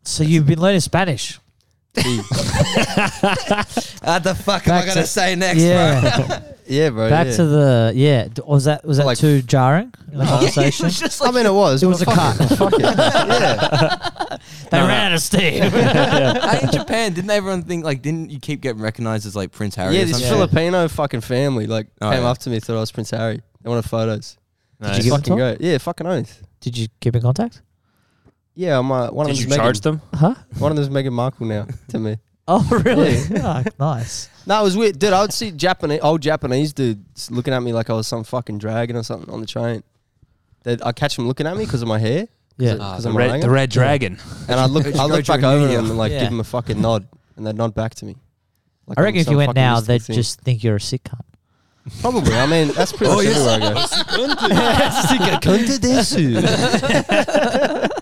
Speaker 1: So you've been learning Spanish.
Speaker 4: what the fuck am
Speaker 1: Back
Speaker 4: I gonna
Speaker 1: to-
Speaker 4: say next?
Speaker 1: Yeah.
Speaker 6: Yeah, bro.
Speaker 1: Back
Speaker 6: yeah.
Speaker 1: to the yeah. d- Was that was that
Speaker 6: Like-
Speaker 1: too jarring? in The
Speaker 4: It
Speaker 1: conversation.
Speaker 4: was just
Speaker 6: I
Speaker 4: like
Speaker 6: mean, it was.
Speaker 1: It was a
Speaker 6: but fuck
Speaker 1: cut.
Speaker 6: it, Fuck it. yeah.
Speaker 1: They ran out of steam.
Speaker 4: Hey, in Japan. Didn't everyone think like? Didn't you keep getting recognized as like Prince Harry?
Speaker 6: Yeah,
Speaker 4: or
Speaker 6: this
Speaker 4: something?
Speaker 6: Filipino fucking family like
Speaker 4: Oh,
Speaker 6: came
Speaker 4: yeah.
Speaker 6: up to me, thought I was Prince Harry. They wanted photos.
Speaker 1: Did you
Speaker 2: Nice.
Speaker 1: get on
Speaker 6: Fucking
Speaker 1: top?
Speaker 6: great. Yeah, fucking oath.
Speaker 1: Did you keep in contact?
Speaker 6: Yeah, I'm uh, one of
Speaker 2: Did
Speaker 6: them's
Speaker 2: you
Speaker 6: Meghan,
Speaker 2: charge them?
Speaker 1: Huh?
Speaker 6: One of them's Meghan Markle now to me.
Speaker 1: Oh really? Oh, nice.
Speaker 6: No, it was weird, dude. I would see Japanese old Japanese dudes looking at me like I was some fucking dragon or something on the train. They'd, I'd catch them looking at me because of my hair,
Speaker 1: Yeah.
Speaker 6: because
Speaker 2: Ah, The
Speaker 6: I'm
Speaker 2: red, the
Speaker 6: Orangan.
Speaker 2: red dragon.
Speaker 6: and I would look,
Speaker 4: It's
Speaker 6: I
Speaker 4: Roger
Speaker 6: look back over
Speaker 4: Mia.
Speaker 6: them and like
Speaker 1: Yeah.
Speaker 6: give them a fucking nod, and they'd nod back to me. Like
Speaker 1: I
Speaker 6: I'm
Speaker 1: reckon if
Speaker 6: some
Speaker 1: you went
Speaker 6: fucking
Speaker 1: now,
Speaker 6: mystical
Speaker 1: they'd
Speaker 6: thing.
Speaker 1: just think you're a sick cunt.
Speaker 6: probably. I mean, that's pretty much everywhere I go.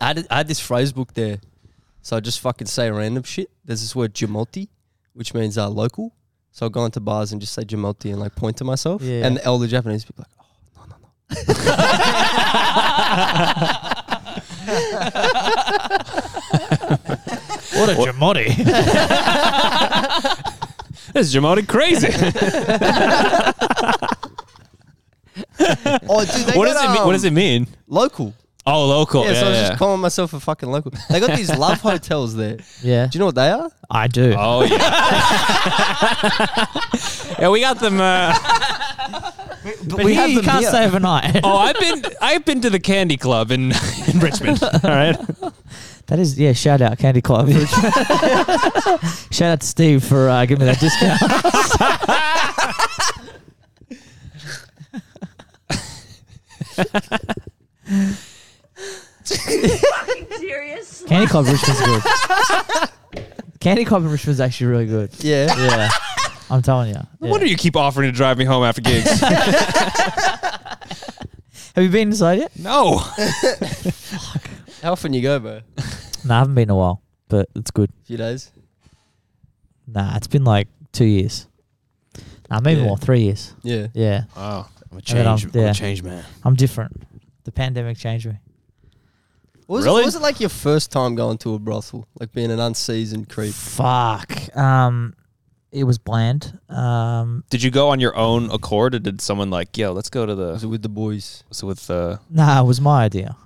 Speaker 6: I had, I had this phrase book there, so I just fucking say random shit. There's this word jamoti, which means uh, local. So I go into bars and just say jamoti and like point to myself,
Speaker 1: Yeah.
Speaker 6: and the elder Japanese people like, oh no no no.
Speaker 1: What a jamoti.
Speaker 2: This is Jamoti crazy.
Speaker 6: Oh dude, they
Speaker 2: what
Speaker 6: got,
Speaker 2: does it mean? What does it mean?
Speaker 6: Local.
Speaker 2: Oh, local.
Speaker 6: Yeah,
Speaker 2: Yeah,
Speaker 6: so I was
Speaker 2: yeah,
Speaker 6: just calling myself a fucking local. They got these love hotels there. Do
Speaker 1: Yeah.
Speaker 6: you know what they are?
Speaker 1: I do.
Speaker 2: Oh yeah. yeah, we got them. Uh,
Speaker 1: But we have you can't stay overnight.
Speaker 2: oh, I've been I've been to the Candy Club in in Richmond. All right.
Speaker 1: That is yeah. Shout out Candy Club. shout out to Steve for uh, giving me that discount.
Speaker 7: serious?
Speaker 1: Candy Club Richmond's good. Candy Club in Richmond's actually really good.
Speaker 6: Yeah.
Speaker 1: Yeah. I'm telling you.
Speaker 2: No wonder you keep offering to drive me home after gigs.
Speaker 1: Have you been inside yet?
Speaker 2: no.
Speaker 6: How often you go, bro? A
Speaker 1: No, I haven't been in a while, but it's good.
Speaker 6: few days.
Speaker 1: Nah, it's been like two years. Nah, maybe
Speaker 6: Yeah.
Speaker 1: more, three years.
Speaker 6: Yeah.
Speaker 1: Yeah,
Speaker 2: Wow.
Speaker 4: I'm a
Speaker 1: then I'm-
Speaker 4: change, I'm
Speaker 1: yeah.
Speaker 4: a change man.
Speaker 1: I'm different. The pandemic changed me.
Speaker 6: What was,
Speaker 2: Really?
Speaker 6: it, what was it like your first time going to a brothel? Like being an unseasoned creep?
Speaker 1: Fuck. Um, it was bland. Um,
Speaker 2: Did you go on your own accord, or did someone like, yo, let's go to
Speaker 6: Was
Speaker 2: the
Speaker 6: it with the boys?
Speaker 2: so with the?
Speaker 1: nah, it was my idea.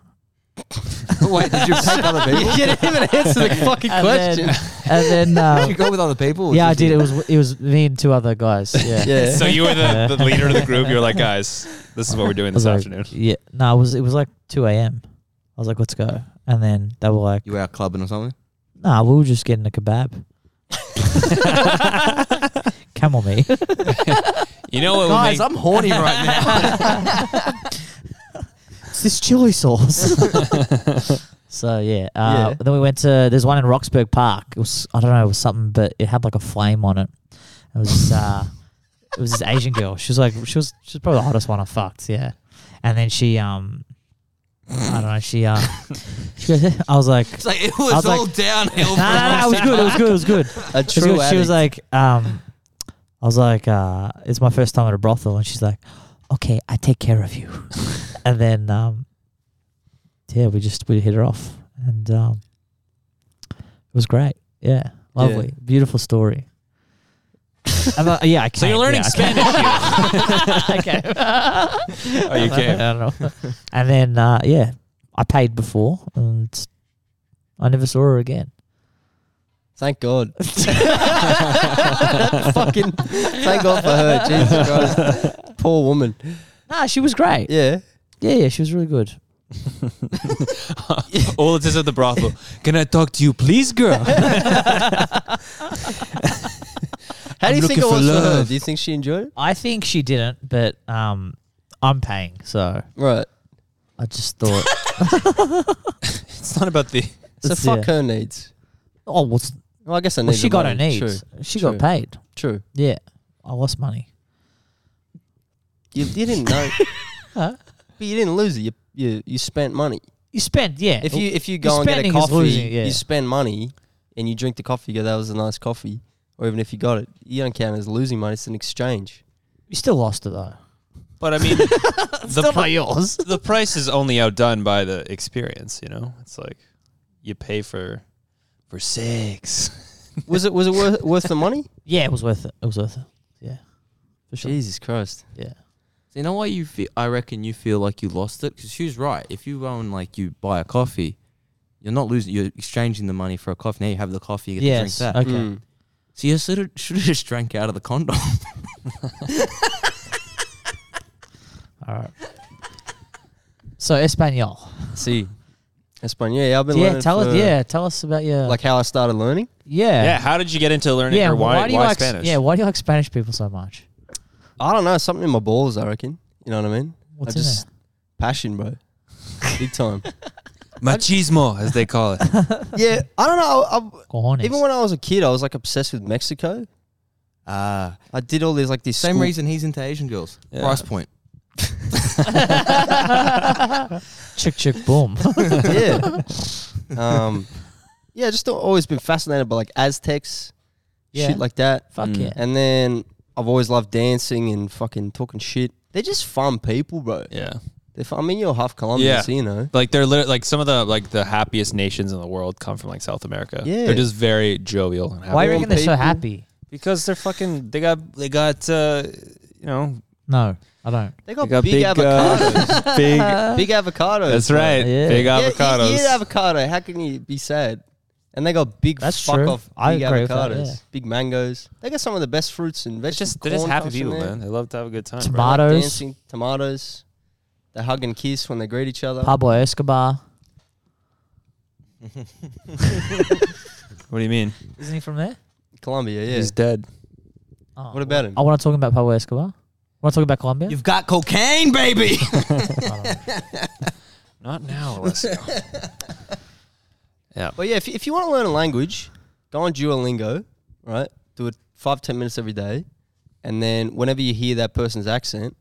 Speaker 4: Wait, did you take other people?
Speaker 6: you didn't even answer the fucking
Speaker 1: And
Speaker 6: question.
Speaker 1: then, and then
Speaker 4: Did you
Speaker 1: um,
Speaker 4: go with other people? or
Speaker 1: yeah, I
Speaker 4: just
Speaker 1: did. It
Speaker 4: you?
Speaker 1: was it was me and two other guys. Yeah.
Speaker 6: yeah.
Speaker 2: So you were the, the leader of the group. You were like, guys, this is what we're
Speaker 1: I
Speaker 2: doing
Speaker 1: was
Speaker 2: this
Speaker 1: like,
Speaker 2: afternoon.
Speaker 1: Yeah. No, it was it was like two a.m. I was like, let's go, and then they were like,
Speaker 4: You were out clubbing or something?
Speaker 1: Nah, we were just getting a kebab. Camel me.
Speaker 2: You know what?
Speaker 4: Guys, I'm horny right now.
Speaker 1: It's this chili sauce. so yeah, uh,
Speaker 6: Yeah.
Speaker 1: then we went to there's one in Roxburgh Park. It was I don't know it was something, but it had like a flame on it. It was uh, It was this Asian girl. She was like, she was she's probably the hottest one I fucked. Yeah, and then she um, I don't know. She uh, she goes, "Eh." I was like,
Speaker 4: It's like it
Speaker 1: I
Speaker 4: was,
Speaker 1: was like-
Speaker 4: all downhill.
Speaker 1: no, no, no, it was good. It was good. It was good.
Speaker 6: A
Speaker 1: She
Speaker 6: true
Speaker 1: was, she was
Speaker 6: addict.
Speaker 1: like, um, I was like, uh, it's my first time at a brothel, and she's like, okay, I take care of you. and then, um, yeah, we just we hit it off, and um, it was great. Yeah, lovely, beautiful story. I'm not- yeah, I
Speaker 8: So you're
Speaker 1: can't,
Speaker 8: learning
Speaker 1: yeah, I can't. okay.
Speaker 2: Oh, you can?
Speaker 1: I don't know. And then, uh, yeah, I paid before, and I never saw her again.
Speaker 6: Thank God. Fucking thank God for her. Jesus Christ. Poor woman.
Speaker 1: Nah, she was great.
Speaker 6: Yeah.
Speaker 1: Yeah, yeah, she was really good.
Speaker 2: All it is at the brothel. Can I talk to you, please, girl?
Speaker 6: How do you
Speaker 2: I'm
Speaker 6: think
Speaker 2: looking
Speaker 6: it
Speaker 2: for
Speaker 6: was for her?
Speaker 2: love.
Speaker 6: Do you think she enjoyed it?
Speaker 1: I think she didn't, but um, I'm paying, so
Speaker 6: Right.
Speaker 1: I just thought,
Speaker 2: it's not about the.
Speaker 6: So
Speaker 1: That's-
Speaker 6: fuck
Speaker 1: yeah.
Speaker 6: her needs.
Speaker 1: oh, well, s-
Speaker 6: Well, I guess I need
Speaker 1: well she got her
Speaker 6: money.
Speaker 1: needs.
Speaker 6: True.
Speaker 1: she
Speaker 6: true.
Speaker 1: got paid.
Speaker 6: True.
Speaker 1: Yeah, I lost money.
Speaker 6: You, you didn't know.
Speaker 1: Huh?
Speaker 6: but you didn't lose it. You, you you spent money.
Speaker 1: You spent, yeah. Oh,
Speaker 6: If you if you go and get a
Speaker 1: spending is
Speaker 6: coffee,
Speaker 1: losing, yeah.
Speaker 6: you spend money and you drink the coffee, you go, that was a nice coffee. Or even if you got it, you don't count as losing money, it's an exchange.
Speaker 1: you still lost it though.
Speaker 2: But I mean, the, pri-
Speaker 1: yours.
Speaker 2: the price is only outdone by the experience. You know, it's like you pay for for sex.
Speaker 6: Was it was it worth, worth the money?
Speaker 1: Yeah, it was worth it. It was worth it. Yeah, for sure.
Speaker 6: Jesus Christ.
Speaker 1: Yeah,
Speaker 4: So you know why you feel? I reckon you feel like you lost it because she was right. If you go and like you buy a coffee, you're not losing. You're exchanging the money for a coffee. Now you have the coffee. You get
Speaker 1: yes.
Speaker 4: to drink that.
Speaker 1: Okay.
Speaker 6: Mm.
Speaker 4: So you should have, should have just drank out of the condom.
Speaker 1: All right. So Espanol.
Speaker 6: See, Espanol. Yeah, I've been
Speaker 1: Yeah,
Speaker 6: learning
Speaker 1: tell us.
Speaker 6: for-
Speaker 1: Yeah, tell us about your
Speaker 6: like how I started learning.
Speaker 1: yeah.
Speaker 2: Yeah. How did you get into learning?
Speaker 1: Yeah,
Speaker 2: or why,
Speaker 1: why do you
Speaker 2: why
Speaker 1: like s-
Speaker 2: Spanish?
Speaker 1: Yeah, why do you like Spanish people so much?
Speaker 6: I don't know, something in my balls. I reckon. You know what I mean?
Speaker 1: What's
Speaker 6: I
Speaker 1: in
Speaker 6: just passion, bro. Big time.
Speaker 2: Machismo, as they call it.
Speaker 6: yeah, I don't know. I,
Speaker 1: Cojones.
Speaker 6: even when I was a kid, I was like obsessed with Mexico.
Speaker 4: Ah,
Speaker 6: I did all these like these
Speaker 4: same
Speaker 6: school-
Speaker 4: reason he's into Asian girls.
Speaker 2: Yeah.
Speaker 4: Price point.
Speaker 1: chick chick boom.
Speaker 6: yeah. Um, yeah, just al- always been fascinated by like Aztecs,
Speaker 1: Yeah.
Speaker 6: shit like Mm. that.
Speaker 1: Fuck yeah.
Speaker 6: And then I've always loved dancing and fucking talking shit. They're just fun people, bro.
Speaker 2: Yeah.
Speaker 6: They're fun. I mean, you're half Colombian,
Speaker 2: Yeah.
Speaker 6: so you know.
Speaker 2: Like they're lit- like some of the like the happiest nations in the world come from like South America.
Speaker 6: Yeah.
Speaker 2: They're just very jovial and happy.
Speaker 1: Why are you
Speaker 6: Warm
Speaker 1: reckon they're so
Speaker 6: people.
Speaker 1: happy?
Speaker 2: Because they're fucking they got they got uh you know
Speaker 1: No, I don't.
Speaker 6: They
Speaker 2: they
Speaker 6: got,
Speaker 2: got
Speaker 6: big,
Speaker 2: big,
Speaker 6: avocados.
Speaker 2: uh, big
Speaker 6: big avocados.
Speaker 2: That's
Speaker 6: bro.
Speaker 2: right.
Speaker 1: Yeah.
Speaker 2: Big
Speaker 6: Yeah, you-
Speaker 2: avocados.
Speaker 6: You eat avocado. How can you be sad? And they got big
Speaker 1: That's
Speaker 6: fuck
Speaker 1: true.
Speaker 6: off big
Speaker 1: I agree
Speaker 6: avocados,
Speaker 1: with that, yeah.
Speaker 6: big mangoes. They got some of the best fruits and
Speaker 2: They're
Speaker 6: vegetables.
Speaker 2: just they're just
Speaker 6: corn
Speaker 2: happy
Speaker 6: puffs in
Speaker 2: people,
Speaker 6: there.
Speaker 2: man. They love to have a good time. bro.
Speaker 1: Tomato- Tomatoes.
Speaker 6: dancing tomatoes. They hug and kiss when they greet each other.
Speaker 1: Pablo Escobar.
Speaker 2: What do you mean?
Speaker 1: Isn't he from there?
Speaker 6: Colombia, yeah.
Speaker 2: He's dead.
Speaker 1: Oh,
Speaker 6: What about him?
Speaker 1: I want to talk about Pablo Escobar. Want to talk about Colombia?
Speaker 4: You've got cocaine, baby.
Speaker 2: Not now, Alessio. yeah.
Speaker 6: But yeah, if, if you want to learn a language, go on Duolingo, right? Do it five ten minutes every day, and then whenever you hear that person's accent,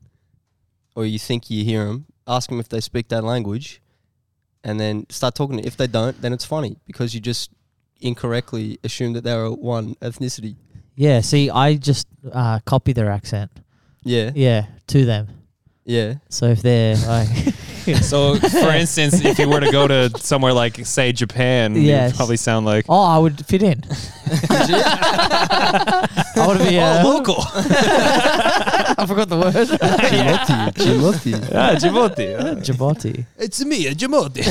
Speaker 6: or you think you hear them, ask them if they speak that language, and then start talking. to If they don't, then it's funny because you just incorrectly assume that they're one ethnicity.
Speaker 1: Yeah. See, I just uh, copy their accent.
Speaker 6: Yeah,
Speaker 1: Yeah, to them.
Speaker 6: yeah.
Speaker 1: So if they're like,
Speaker 2: So, for instance, if you were to go to somewhere like, say, Japan, you
Speaker 1: Yes.
Speaker 2: would probably sound like
Speaker 1: oh, I would fit in. I would be uh, local. I forgot the word.
Speaker 6: Jimoti, Jimoti.
Speaker 2: ah, Djibouti.
Speaker 1: Djibouti.
Speaker 3: It's me, a Jamodi.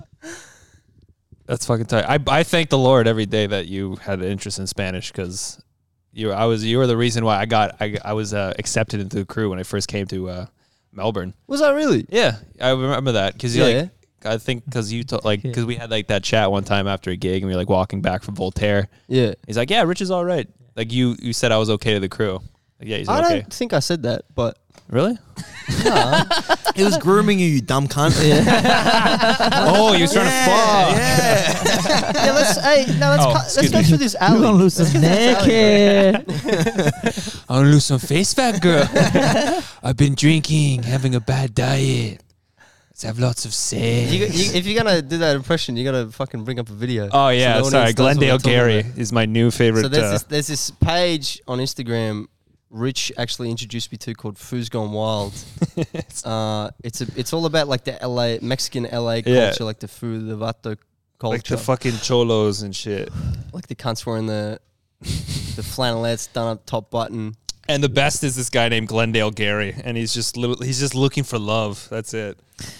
Speaker 2: That's fucking tight. I, I thank the Lord every day that you had an interest in Spanish because you I was you were the reason why I got I, I was uh, accepted into the crew when I first came to uh, Melbourne.
Speaker 6: Was that really?
Speaker 2: Yeah, I remember that because you
Speaker 6: Yeah.
Speaker 2: like I think because you t- like
Speaker 1: Yeah.
Speaker 2: because we had like that chat one time after a gig and we were like walking back from Voltaire.
Speaker 6: Yeah.
Speaker 2: He's like, yeah, Rich is all right. Like you you said I was okay to the crew. Like, yeah, he's
Speaker 6: I
Speaker 2: like, okay.
Speaker 6: don't think I said that, but
Speaker 2: Really?
Speaker 4: It was grooming you, you dumb cunt.
Speaker 2: oh, he was trying to fuck.
Speaker 6: yeah, let's hey, no, let's
Speaker 2: Oh,
Speaker 6: cut-
Speaker 2: excuse
Speaker 6: let's go
Speaker 2: me.
Speaker 6: through this alley.
Speaker 1: lose some neck hair.
Speaker 2: I want to lose some face fat, girl. I've been drinking, having a bad diet. Let's have lots of sex.
Speaker 6: You, you, if you're gonna do that impression, you gotta fucking bring up a video.
Speaker 2: oh
Speaker 6: So
Speaker 2: yeah,
Speaker 6: no one
Speaker 2: sorry.
Speaker 6: else knows what we're
Speaker 2: Glendale
Speaker 6: talking
Speaker 2: Gary
Speaker 6: about.
Speaker 2: is my new favorite.
Speaker 6: So there's
Speaker 2: uh,
Speaker 6: this, there's this page on Instagram. Rich actually introduced me to called Foo's Gone Wild. uh, it's a, it's all about like the LA Mexican LA
Speaker 2: Yeah.
Speaker 6: culture, like the foo, the vato culture,
Speaker 2: like the fucking cholos and shit.
Speaker 6: like the cunts wearing the the flannelettes done up top button.
Speaker 2: And the best is this guy named Glendale Gary, and he's just little, he's just looking for love. That's it.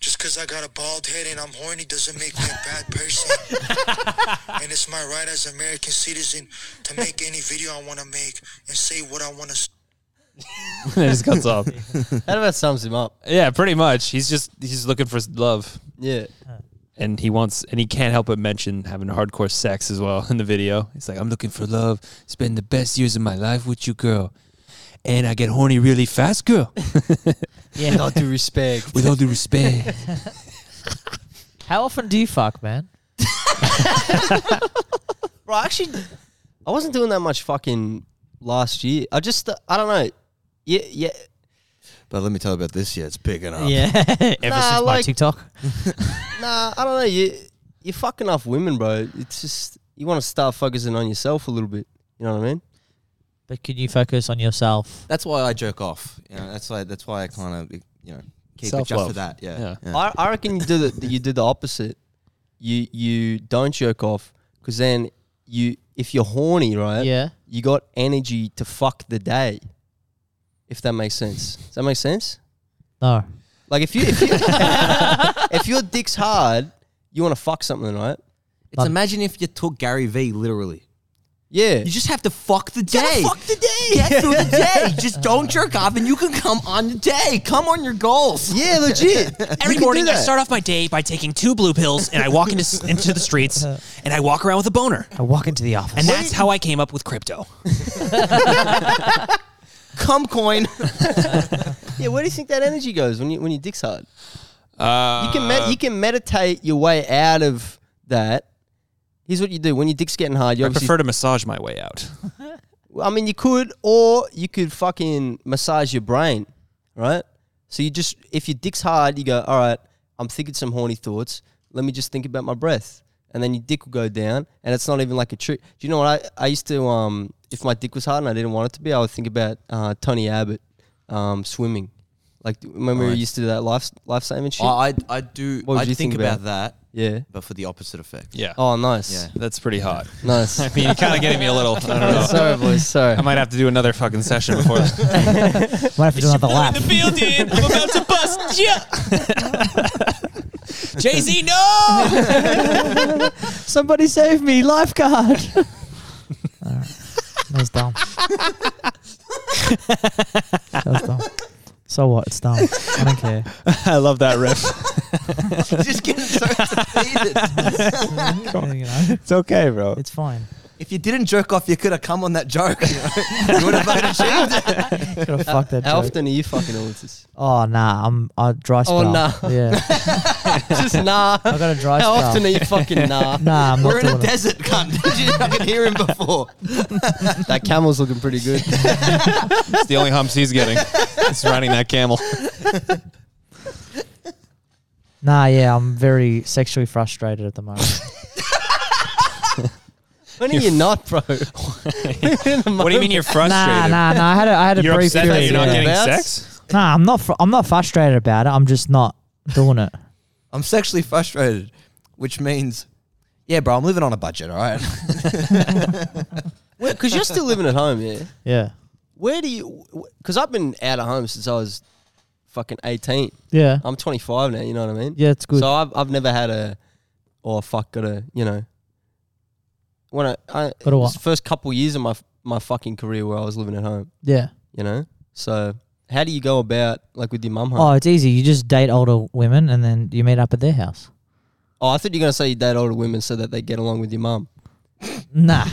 Speaker 9: Just because I got a bald head and I'm horny doesn't make me a bad person. and it's my right as an American citizen to make any video I want to make and say what I want to
Speaker 2: and it just cuts off.
Speaker 6: That about sums him up.
Speaker 2: Yeah, pretty much. He's just he's looking for love,
Speaker 6: Yeah,
Speaker 2: and he wants, and he can't help but mention having hardcore sex as well in the video. He's like, "I'm looking for love. Spend the best years of my life with you, girl, and I get horny really fast, girl."
Speaker 6: with all due respect.
Speaker 2: With all due respect,
Speaker 1: How often do you fuck, man?
Speaker 6: Bro, actually, I wasn't doing that much fucking last year. I just, I don't know. Yeah, yeah.
Speaker 4: But let me tell you about this year. It's picking up.
Speaker 1: Yeah. Ever since
Speaker 6: Nah,
Speaker 1: my
Speaker 6: like-
Speaker 1: TikTok.
Speaker 6: Nah, I don't know. You, you're fucking off women, bro. It's just you want to start focusing on yourself a little bit. You know what I mean?
Speaker 1: But can you focus on yourself?
Speaker 4: That's why I jerk off. You know, that's like that's why I kind of you know keep it just
Speaker 2: Self-love.
Speaker 4: for that. Yeah.
Speaker 2: Yeah.
Speaker 6: I, I reckon you do the you do the opposite. You you don't jerk off because then you if you're horny, right?
Speaker 1: Yeah.
Speaker 6: You got energy to fuck the day. If that makes sense. Does that make sense?
Speaker 1: No.
Speaker 6: Like if you if, you, if your dick's hard, you want to fuck something, right?
Speaker 4: It's
Speaker 1: Like-
Speaker 4: imagine if you took Gary V literally.
Speaker 6: Yeah.
Speaker 4: You just have to fuck the day.
Speaker 6: fuck
Speaker 4: the day. Get through the day. Just don't jerk off, and you can come on the day. Come on your goals.
Speaker 6: Yeah, legit.
Speaker 8: Every morning, I start off my day by taking two blue pills, and I walk into s- into the streets, and I walk around with a boner,
Speaker 1: I walk into the office.
Speaker 8: and that's how I came up with crypto.
Speaker 4: Come coin.
Speaker 6: Yeah, where do you think that energy goes when you when your dick's hard?
Speaker 2: uh,
Speaker 6: You can med- you can meditate your way out of that. Here's what you do when your dick's getting hard. You
Speaker 2: I
Speaker 6: obviously,
Speaker 2: prefer to massage my way out.
Speaker 6: I mean, you could or you could fucking massage your brain, right? So you just if your dick's hard, you go, all right, I'm thinking some horny thoughts. Let me just think about my breath, and then your dick will go down, and it's not even like a trick. Do you know what I I used to um if my dick was hard and I didn't want it to be, I would think about uh, Tony Abbott um swimming. Like remember we
Speaker 4: Right.
Speaker 6: used to do that life life saving shit.
Speaker 2: Oh,
Speaker 4: I I, I do.
Speaker 6: What would
Speaker 4: I
Speaker 6: you
Speaker 4: think,
Speaker 6: think
Speaker 4: about,
Speaker 6: about?
Speaker 4: that,
Speaker 6: yeah.
Speaker 4: but for the opposite effect.
Speaker 2: Yeah,
Speaker 6: Oh, nice.
Speaker 4: Yeah.
Speaker 2: that's pretty hot.
Speaker 6: Nice.
Speaker 2: I mean, you're kind of getting me a little. I don't know.
Speaker 6: sorry, boys. Sorry.
Speaker 2: I might have to do another fucking session before.
Speaker 1: Might have to do another lap.
Speaker 8: building, I'm about to bust you. Jay Z, no!
Speaker 1: Somebody save me, lifeguard. All right. That was dumb. that was dumb. So what? It's dumb. I don't care.
Speaker 2: I love that riff.
Speaker 4: just getting so defeated.
Speaker 1: You know,
Speaker 2: It's okay, bro.
Speaker 1: it's fine.
Speaker 4: If you didn't jerk off, you could have come on that joke. You, know? you would have fucking achieved it.
Speaker 1: Could have fucked that
Speaker 6: How
Speaker 1: joke.
Speaker 6: often are you fucking authors?
Speaker 1: Oh nah, I'm I dry spell.
Speaker 6: Oh, nah.
Speaker 1: Yeah,
Speaker 6: Just nah.
Speaker 1: I got a dry
Speaker 6: How
Speaker 1: spell.
Speaker 6: often are you fucking nah?
Speaker 1: Nah, I'm
Speaker 4: We're in a
Speaker 1: not doing it.
Speaker 4: desert, cunt. Did you fucking hear him before?
Speaker 6: That camel's looking pretty good.
Speaker 2: It's the only humps he's getting. It's riding that camel.
Speaker 1: Nah, yeah, I'm very sexually frustrated at the moment.
Speaker 6: When are you not, bro? what
Speaker 2: What do you mean you're
Speaker 1: nah,
Speaker 2: frustrated?
Speaker 1: nah, nah. I had a, I had a
Speaker 2: You're
Speaker 1: brief
Speaker 2: upset that
Speaker 1: period.
Speaker 2: you're not
Speaker 1: yeah.
Speaker 2: getting
Speaker 6: That's-
Speaker 2: sex?
Speaker 1: Nah, I'm not. Fr- I'm not frustrated about it. I'm just not doing it.
Speaker 4: I'm sexually frustrated, which means, yeah, bro, I'm living on a budget. All right.
Speaker 6: Because you're still living at home, yeah.
Speaker 1: Yeah,
Speaker 6: Where do you? Because I've been out of home since I was fucking 18.
Speaker 1: yeah,
Speaker 6: I'm 25 now. You know what I mean?
Speaker 1: yeah. It's good.
Speaker 6: So I've I've never had a, oh fuck, got a you know. When I, I
Speaker 1: Got a
Speaker 6: it
Speaker 1: what?
Speaker 6: was the first couple years of my my fucking career where I was living at home,
Speaker 1: yeah.
Speaker 6: you know. So how do you go about like with your mum home?
Speaker 1: Oh, it's easy. You just date older women and then you meet up at their house.
Speaker 6: Oh, I thought you were gonna say you date older women so that they get along with your mum.
Speaker 1: Nah.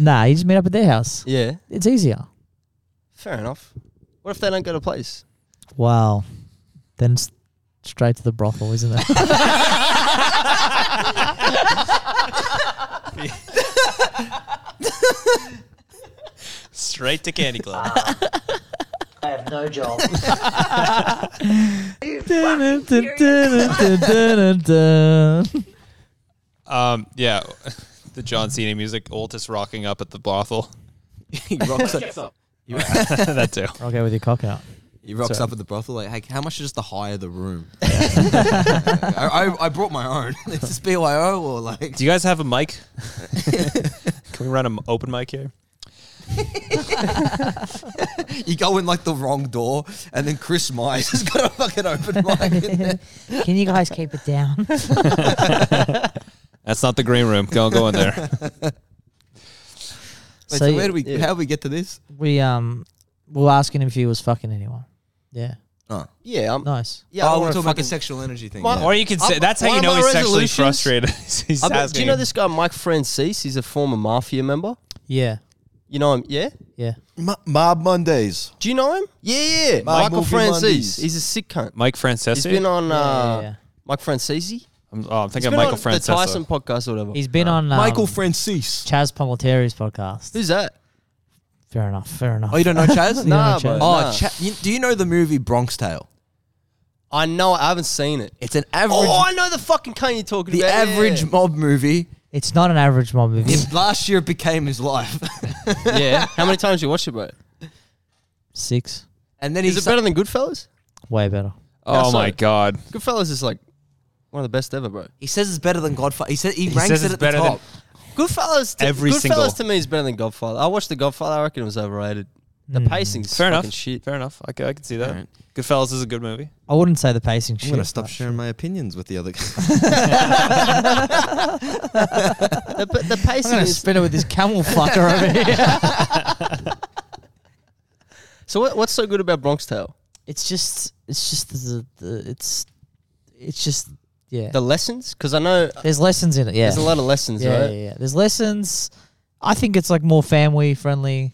Speaker 1: Nah, you just meet up at their house.
Speaker 6: Yeah,
Speaker 1: It's easier.
Speaker 6: fair enough. What if they don't go to place?
Speaker 1: Wow. Then s- straight to the brothel, isn't it?
Speaker 8: Straight to Candy Club.
Speaker 10: I have no job.
Speaker 2: Um, yeah, the John Cena music, Altus rocking up at the brothel.
Speaker 4: he rocks up.
Speaker 2: that too.
Speaker 1: okay, with your cock out.
Speaker 4: He rocks
Speaker 1: Sorry.
Speaker 4: up at the brothel. Like, hey, how much is the hire the room? I, I, I brought my own. Is this BYO or like?
Speaker 2: Do you guys have a mic? Can we run an open mic here?
Speaker 4: You go in like the wrong door, and then Chris Myers has got a fucking open mic in there.
Speaker 1: Can you guys keep it down?
Speaker 2: That's not the green room. Go go in there.
Speaker 4: Wait, so,
Speaker 1: So you-
Speaker 4: where do we?
Speaker 6: yeah.
Speaker 4: How do we get to this?
Speaker 1: We um we were asking him if he was fucking anyone. Yeah.
Speaker 4: Oh,
Speaker 6: Yeah, I'm.
Speaker 1: Nice.
Speaker 6: Yeah, I
Speaker 4: oh
Speaker 6: don't
Speaker 4: we're
Speaker 6: wanna
Speaker 4: talking about the
Speaker 6: fucking-
Speaker 4: sexual energy thing.
Speaker 6: My-
Speaker 4: yeah.
Speaker 2: Or you can say
Speaker 6: Um,
Speaker 2: that's how
Speaker 6: one
Speaker 2: you
Speaker 6: of
Speaker 2: know
Speaker 6: my
Speaker 2: he's sexually
Speaker 6: resolutions-
Speaker 2: frustrated. he's
Speaker 6: I'm-
Speaker 2: asking.
Speaker 6: do you know this guy Mike Francis? He's a former mafia member.
Speaker 1: Yeah.
Speaker 6: You know him, yeah?
Speaker 1: Yeah.
Speaker 4: Ma- Mob Mondays.
Speaker 6: Do you know him? Yeah, yeah. Michael
Speaker 4: Movie
Speaker 6: Francis.
Speaker 4: Mondays.
Speaker 6: He's a sick cunt.
Speaker 2: Mike
Speaker 6: He's
Speaker 2: Francesi.
Speaker 6: been on uh,
Speaker 1: Yeah, yeah, yeah.
Speaker 6: Mike Francesi.
Speaker 2: I'm, oh, I'm
Speaker 6: He's
Speaker 2: thinking of
Speaker 6: been
Speaker 2: Michael
Speaker 6: on the Tyson
Speaker 2: Francesa.
Speaker 6: podcast or whatever.
Speaker 1: He's been on um,
Speaker 4: Michael Francis.
Speaker 1: Chaz Pomoteri's podcast.
Speaker 6: Who's that?
Speaker 1: Fair enough. Fair enough.
Speaker 4: Oh, you don't know Chaz?
Speaker 1: No.
Speaker 6: nah,
Speaker 1: Chaz.
Speaker 6: bro.
Speaker 1: Oh,
Speaker 4: Oh,
Speaker 6: nah.
Speaker 4: Cha- you, do you know the movie Bronx Tale?
Speaker 6: I know. I haven't seen it.
Speaker 4: It's an average.
Speaker 6: Oh, I know the fucking cunt you're talking
Speaker 4: the
Speaker 6: about. yeah.
Speaker 4: average mob movie.
Speaker 1: It's not an average mob movie.
Speaker 4: It- last year it became his life,
Speaker 6: yeah. How many times you watched it, bro?
Speaker 1: Six.
Speaker 4: and then
Speaker 6: Is
Speaker 4: he's
Speaker 6: it better than Goodfellas?
Speaker 1: Way better.
Speaker 2: Oh my
Speaker 6: sorry.
Speaker 2: god.
Speaker 6: Goodfellas is like one of the best ever, bro.
Speaker 4: He says it's better than Godfather. He said he, ranks
Speaker 2: says
Speaker 4: it
Speaker 2: it's
Speaker 4: at the
Speaker 2: better
Speaker 4: top.
Speaker 6: Goodfellas. To,
Speaker 2: Every
Speaker 6: Goodfellas
Speaker 2: single-
Speaker 6: to me is better than Godfather. I watched the Godfather. I reckon it was overrated. The pacing's
Speaker 2: Hmm. Fair
Speaker 6: fucking
Speaker 2: enough.
Speaker 6: shit.
Speaker 2: Fair enough. I can, I can see that. Goodfellas is a good movie.
Speaker 1: I wouldn't say the pacing shit.
Speaker 4: I'm gonna stop
Speaker 1: but-
Speaker 4: sharing my opinions with the other.
Speaker 6: The, but the
Speaker 1: I'm
Speaker 6: pacing
Speaker 1: gonna
Speaker 6: is.
Speaker 1: spin it with this camel fucker over here.
Speaker 6: so what, what's so good about Bronx Tale?
Speaker 1: It's just, it's just the, the it's, it's just, yeah.
Speaker 6: The lessons? Because I know
Speaker 1: There's lessons in it. Yeah.
Speaker 6: there's a lot of lessons,
Speaker 1: yeah,
Speaker 6: right?
Speaker 1: yeah, yeah. There's lessons. I think it's like more family friendly.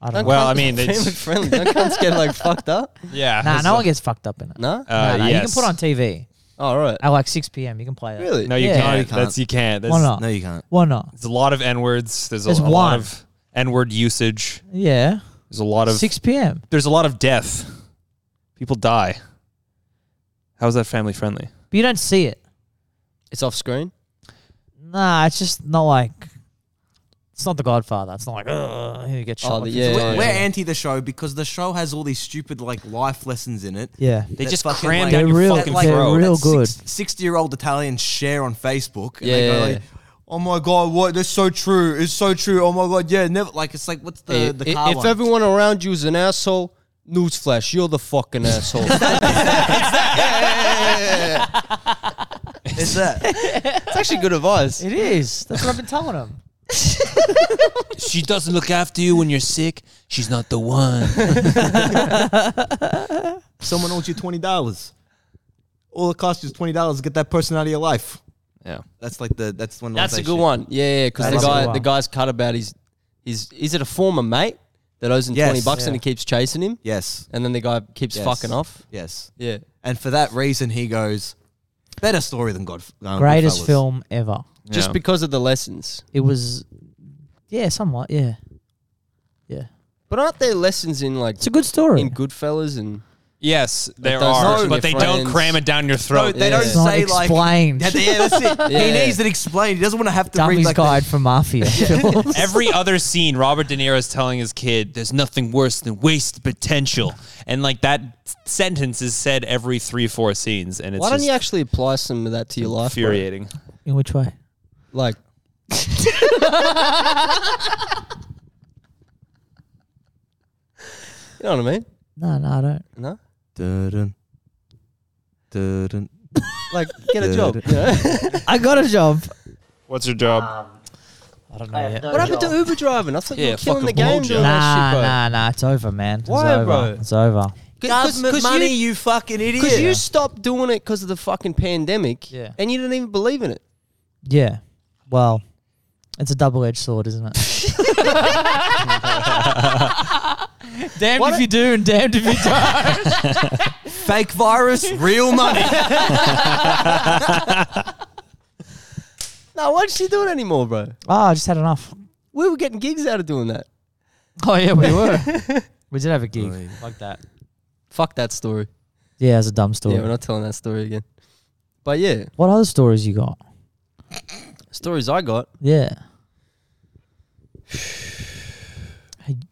Speaker 1: I don't
Speaker 6: Don't
Speaker 1: know.
Speaker 2: Well,
Speaker 6: cunts
Speaker 2: I
Speaker 6: be
Speaker 2: mean, it's-
Speaker 6: family friendly. Don't cunts get like fucked up.
Speaker 2: Yeah.
Speaker 1: Nah, no one gets fucked up in it.
Speaker 6: No.
Speaker 1: nah, nah, You can
Speaker 2: uh, yes.
Speaker 1: put on TV
Speaker 6: All Oh, right.
Speaker 1: at like 6 p.m. You can play that.
Speaker 6: Really?
Speaker 2: Uh, No, you
Speaker 1: Yeah.
Speaker 2: can't.
Speaker 1: No,
Speaker 4: you can't.
Speaker 2: That's you can't. That's,
Speaker 1: Why not?
Speaker 4: no, you can't.
Speaker 1: Why not?
Speaker 2: There's a lot of n words. There's,
Speaker 1: There's
Speaker 2: a, a
Speaker 1: one.
Speaker 2: lot of n word usage.
Speaker 1: Yeah.
Speaker 2: There's a lot of
Speaker 1: 6 p.m.
Speaker 2: there's a lot of death. People die. How is that family friendly?
Speaker 1: But you don't see it.
Speaker 6: It's off screen.
Speaker 1: Nah, it's just not like. It's not The Godfather. It's not like, oh, you get shot.
Speaker 6: the-
Speaker 1: with-
Speaker 6: yeah,
Speaker 4: We're,
Speaker 6: yeah,
Speaker 4: we're
Speaker 6: yeah.
Speaker 4: anti the show because the show has all these stupid like life lessons in it.
Speaker 1: yeah.
Speaker 2: They
Speaker 4: That
Speaker 2: just
Speaker 4: fucking,
Speaker 2: cram
Speaker 4: like-
Speaker 2: down
Speaker 1: They're
Speaker 2: your
Speaker 1: real-
Speaker 2: fucking
Speaker 1: like, they're
Speaker 2: throat.
Speaker 1: real good.
Speaker 4: Sixty year old Italians share on Facebook. And They
Speaker 6: Yeah.
Speaker 4: go like, oh my god, what? That's so true. It's so true. Oh my god, yeah. Never like it's like what's the
Speaker 6: I-
Speaker 4: the
Speaker 6: i-
Speaker 4: car
Speaker 6: if
Speaker 4: one?
Speaker 6: everyone around you is an asshole, newsflash, you're the fucking asshole. it's
Speaker 4: Is that?
Speaker 6: actually good advice.
Speaker 1: It is. That's what I've been telling him.
Speaker 2: She doesn't look after you when you're sick. She's not the one.
Speaker 4: Someone owes you twenty dollars. All it costs you is twenty dollars to get that person out of your life.
Speaker 2: Yeah.
Speaker 4: That's like the that's one. of
Speaker 6: That's
Speaker 4: those
Speaker 6: a
Speaker 4: they
Speaker 6: good
Speaker 4: share.
Speaker 6: one. Yeah, yeah, because
Speaker 1: That
Speaker 6: the
Speaker 1: is a good
Speaker 6: guy,
Speaker 1: one.
Speaker 6: the guy's cut about his, his. Is it a former mate that owes him
Speaker 4: Yes.
Speaker 6: twenty bucks and
Speaker 1: Yeah.
Speaker 6: he keeps chasing him,
Speaker 4: Yes.
Speaker 6: and then the guy keeps
Speaker 4: Yes.
Speaker 6: fucking off?
Speaker 4: Yes.
Speaker 6: Yeah,
Speaker 4: And for that reason, he goes, better story than Godf- um,
Speaker 1: Greatest
Speaker 4: Goodfellas."
Speaker 1: film ever.
Speaker 6: just
Speaker 2: Yeah.
Speaker 6: because of the lessons.
Speaker 1: It was, yeah, somewhat, yeah. Yeah.
Speaker 6: But aren't there lessons in like
Speaker 1: It's a good story.
Speaker 6: in Goodfellas and?
Speaker 2: Yes, there
Speaker 6: those
Speaker 2: are,
Speaker 6: touching
Speaker 2: but they
Speaker 6: your
Speaker 2: don't
Speaker 6: friends.
Speaker 2: cram it down your
Speaker 4: No,
Speaker 2: throat.
Speaker 4: they
Speaker 6: Yeah.
Speaker 4: don't
Speaker 6: It's
Speaker 1: not
Speaker 4: say like.
Speaker 1: explained.
Speaker 4: Yeah, yeah, that's it. He
Speaker 6: Yeah.
Speaker 4: needs it explained. He doesn't want to have to read
Speaker 1: Dummy's
Speaker 4: like.
Speaker 1: Guide for Mafia films.
Speaker 2: Every other scene, Robert De Niro is telling his kid, "There's nothing worse than wasted potential," and like that s- sentence is said every three, four scenes, and it's
Speaker 6: Why don't
Speaker 2: just
Speaker 6: you actually apply some of that to your life? bro?
Speaker 2: infuriating.
Speaker 1: In which way?
Speaker 6: Like, you know what I mean?
Speaker 1: No, no, I don't.
Speaker 6: No,
Speaker 4: Dun, dun, dun.
Speaker 6: like get a job. You know?
Speaker 1: I got a job.
Speaker 2: What's your
Speaker 6: Ah,
Speaker 2: job?
Speaker 10: Um,
Speaker 1: I don't
Speaker 10: I have no
Speaker 6: What happened to
Speaker 10: job.
Speaker 6: Uber driving? I thought you
Speaker 2: Yeah,
Speaker 6: were killing the
Speaker 2: fucking
Speaker 6: game
Speaker 2: blowjob.
Speaker 6: doing
Speaker 1: Nah,
Speaker 6: that
Speaker 1: nah, nah. It's over, man. It's
Speaker 6: Why,
Speaker 1: over.
Speaker 6: bro?
Speaker 1: It's over.
Speaker 6: shit, bro.
Speaker 4: Government money,
Speaker 6: you,
Speaker 4: you, fucking idiot.
Speaker 6: Because you stopped doing it because of the fucking pandemic,
Speaker 1: Yeah.
Speaker 6: and you didn't even believe in it.
Speaker 1: Yeah. Well, It's a double edged sword, isn't it? damned
Speaker 4: What
Speaker 1: if
Speaker 4: a-
Speaker 1: you do and damned if you don't.
Speaker 4: Fake virus, real money.
Speaker 6: No, why does she do it anymore, bro?
Speaker 1: oh, I just had enough.
Speaker 6: We were getting gigs out of doing that.
Speaker 1: Oh yeah, we were. we did have a gig like that.
Speaker 6: Fuck that story.
Speaker 1: Yeah, it's a dumb story.
Speaker 6: Yeah, we're not telling that story again. But yeah,
Speaker 1: what other stories you got?
Speaker 6: stories I got.
Speaker 1: Yeah.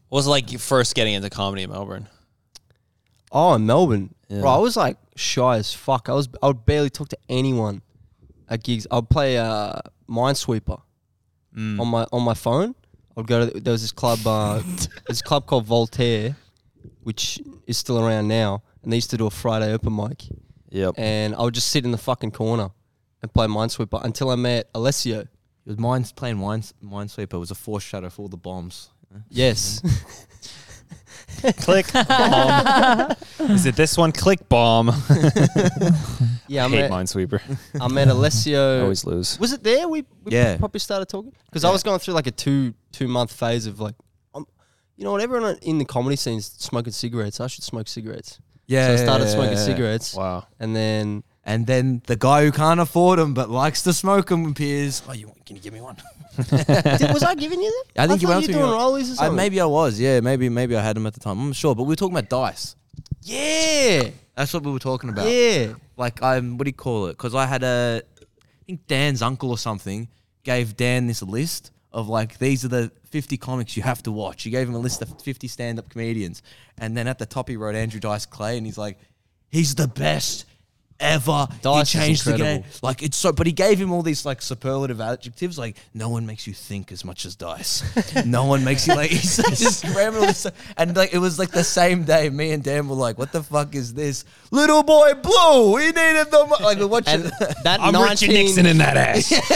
Speaker 2: What was it like you first getting into comedy in Melbourne?
Speaker 6: Oh, in Melbourne.
Speaker 2: Yeah.
Speaker 6: Bro, I was like shy as fuck. I was I would barely talk to anyone at gigs. I'd play uh, Minesweeper on my on my phone. I'd go to there was this club uh, this club called Voltaire, which is still around now, and they used to do a Friday open mic.
Speaker 2: Yep.
Speaker 6: And I would just sit in the fucking corner and play Minesweeper until I met Alessio.
Speaker 4: It was mines playing mines minesweeper. It was a force shadow for all the bombs.
Speaker 6: Yes.
Speaker 2: Click bomb. Is it this one? Click bomb.
Speaker 6: Yeah,
Speaker 2: I
Speaker 6: I'm
Speaker 2: hate
Speaker 6: a-
Speaker 2: Minesweeper.
Speaker 6: I met Alessio.
Speaker 2: I always lose.
Speaker 6: Was it there? We, we
Speaker 2: Yeah.
Speaker 6: probably started talking because I was going through like a two two month phase of like, um, you know what? Everyone in the comedy scene is smoking cigarettes. I should smoke cigarettes.
Speaker 4: Yeah,
Speaker 6: So I
Speaker 4: yeah,
Speaker 6: started
Speaker 4: yeah,
Speaker 6: smoking
Speaker 4: yeah, yeah.
Speaker 6: cigarettes.
Speaker 2: Wow.
Speaker 6: And then
Speaker 4: and then the guy who can't afford them but likes to smoke them appears. Oh, you can you give me one?
Speaker 6: Did- was I giving you that?
Speaker 4: I think you
Speaker 6: thought
Speaker 4: were
Speaker 6: you were doing rollies or something.
Speaker 4: Uh, maybe I was. Yeah, maybe maybe I had them at the time. I'm not sure, but we were talking about dice.
Speaker 6: Yeah,
Speaker 4: that's what we were talking about.
Speaker 6: Yeah.
Speaker 4: like um, what do you call it? Because I had a, I think Dan's uncle or something gave Dan this list of like these are the 50 comics you have to watch. He gave him a list of 50 stand-up comedians, and then at the top he wrote Andrew Dice Clay, and he's like, he's the best ever.
Speaker 6: Dice
Speaker 4: he
Speaker 6: is
Speaker 4: changed the game.
Speaker 6: incredible.
Speaker 4: Like it's so, but he gave him all these like superlative adjectives. Like no one makes you think as much as dice. no one makes you like. He's like, just ramming all this stuff. And like it was like the same day. Me and Dan were like, "What the fuck is this, little boy blue? We needed the mo-" like we're watching
Speaker 6: that I'm Richard 19 Nixon in that ass.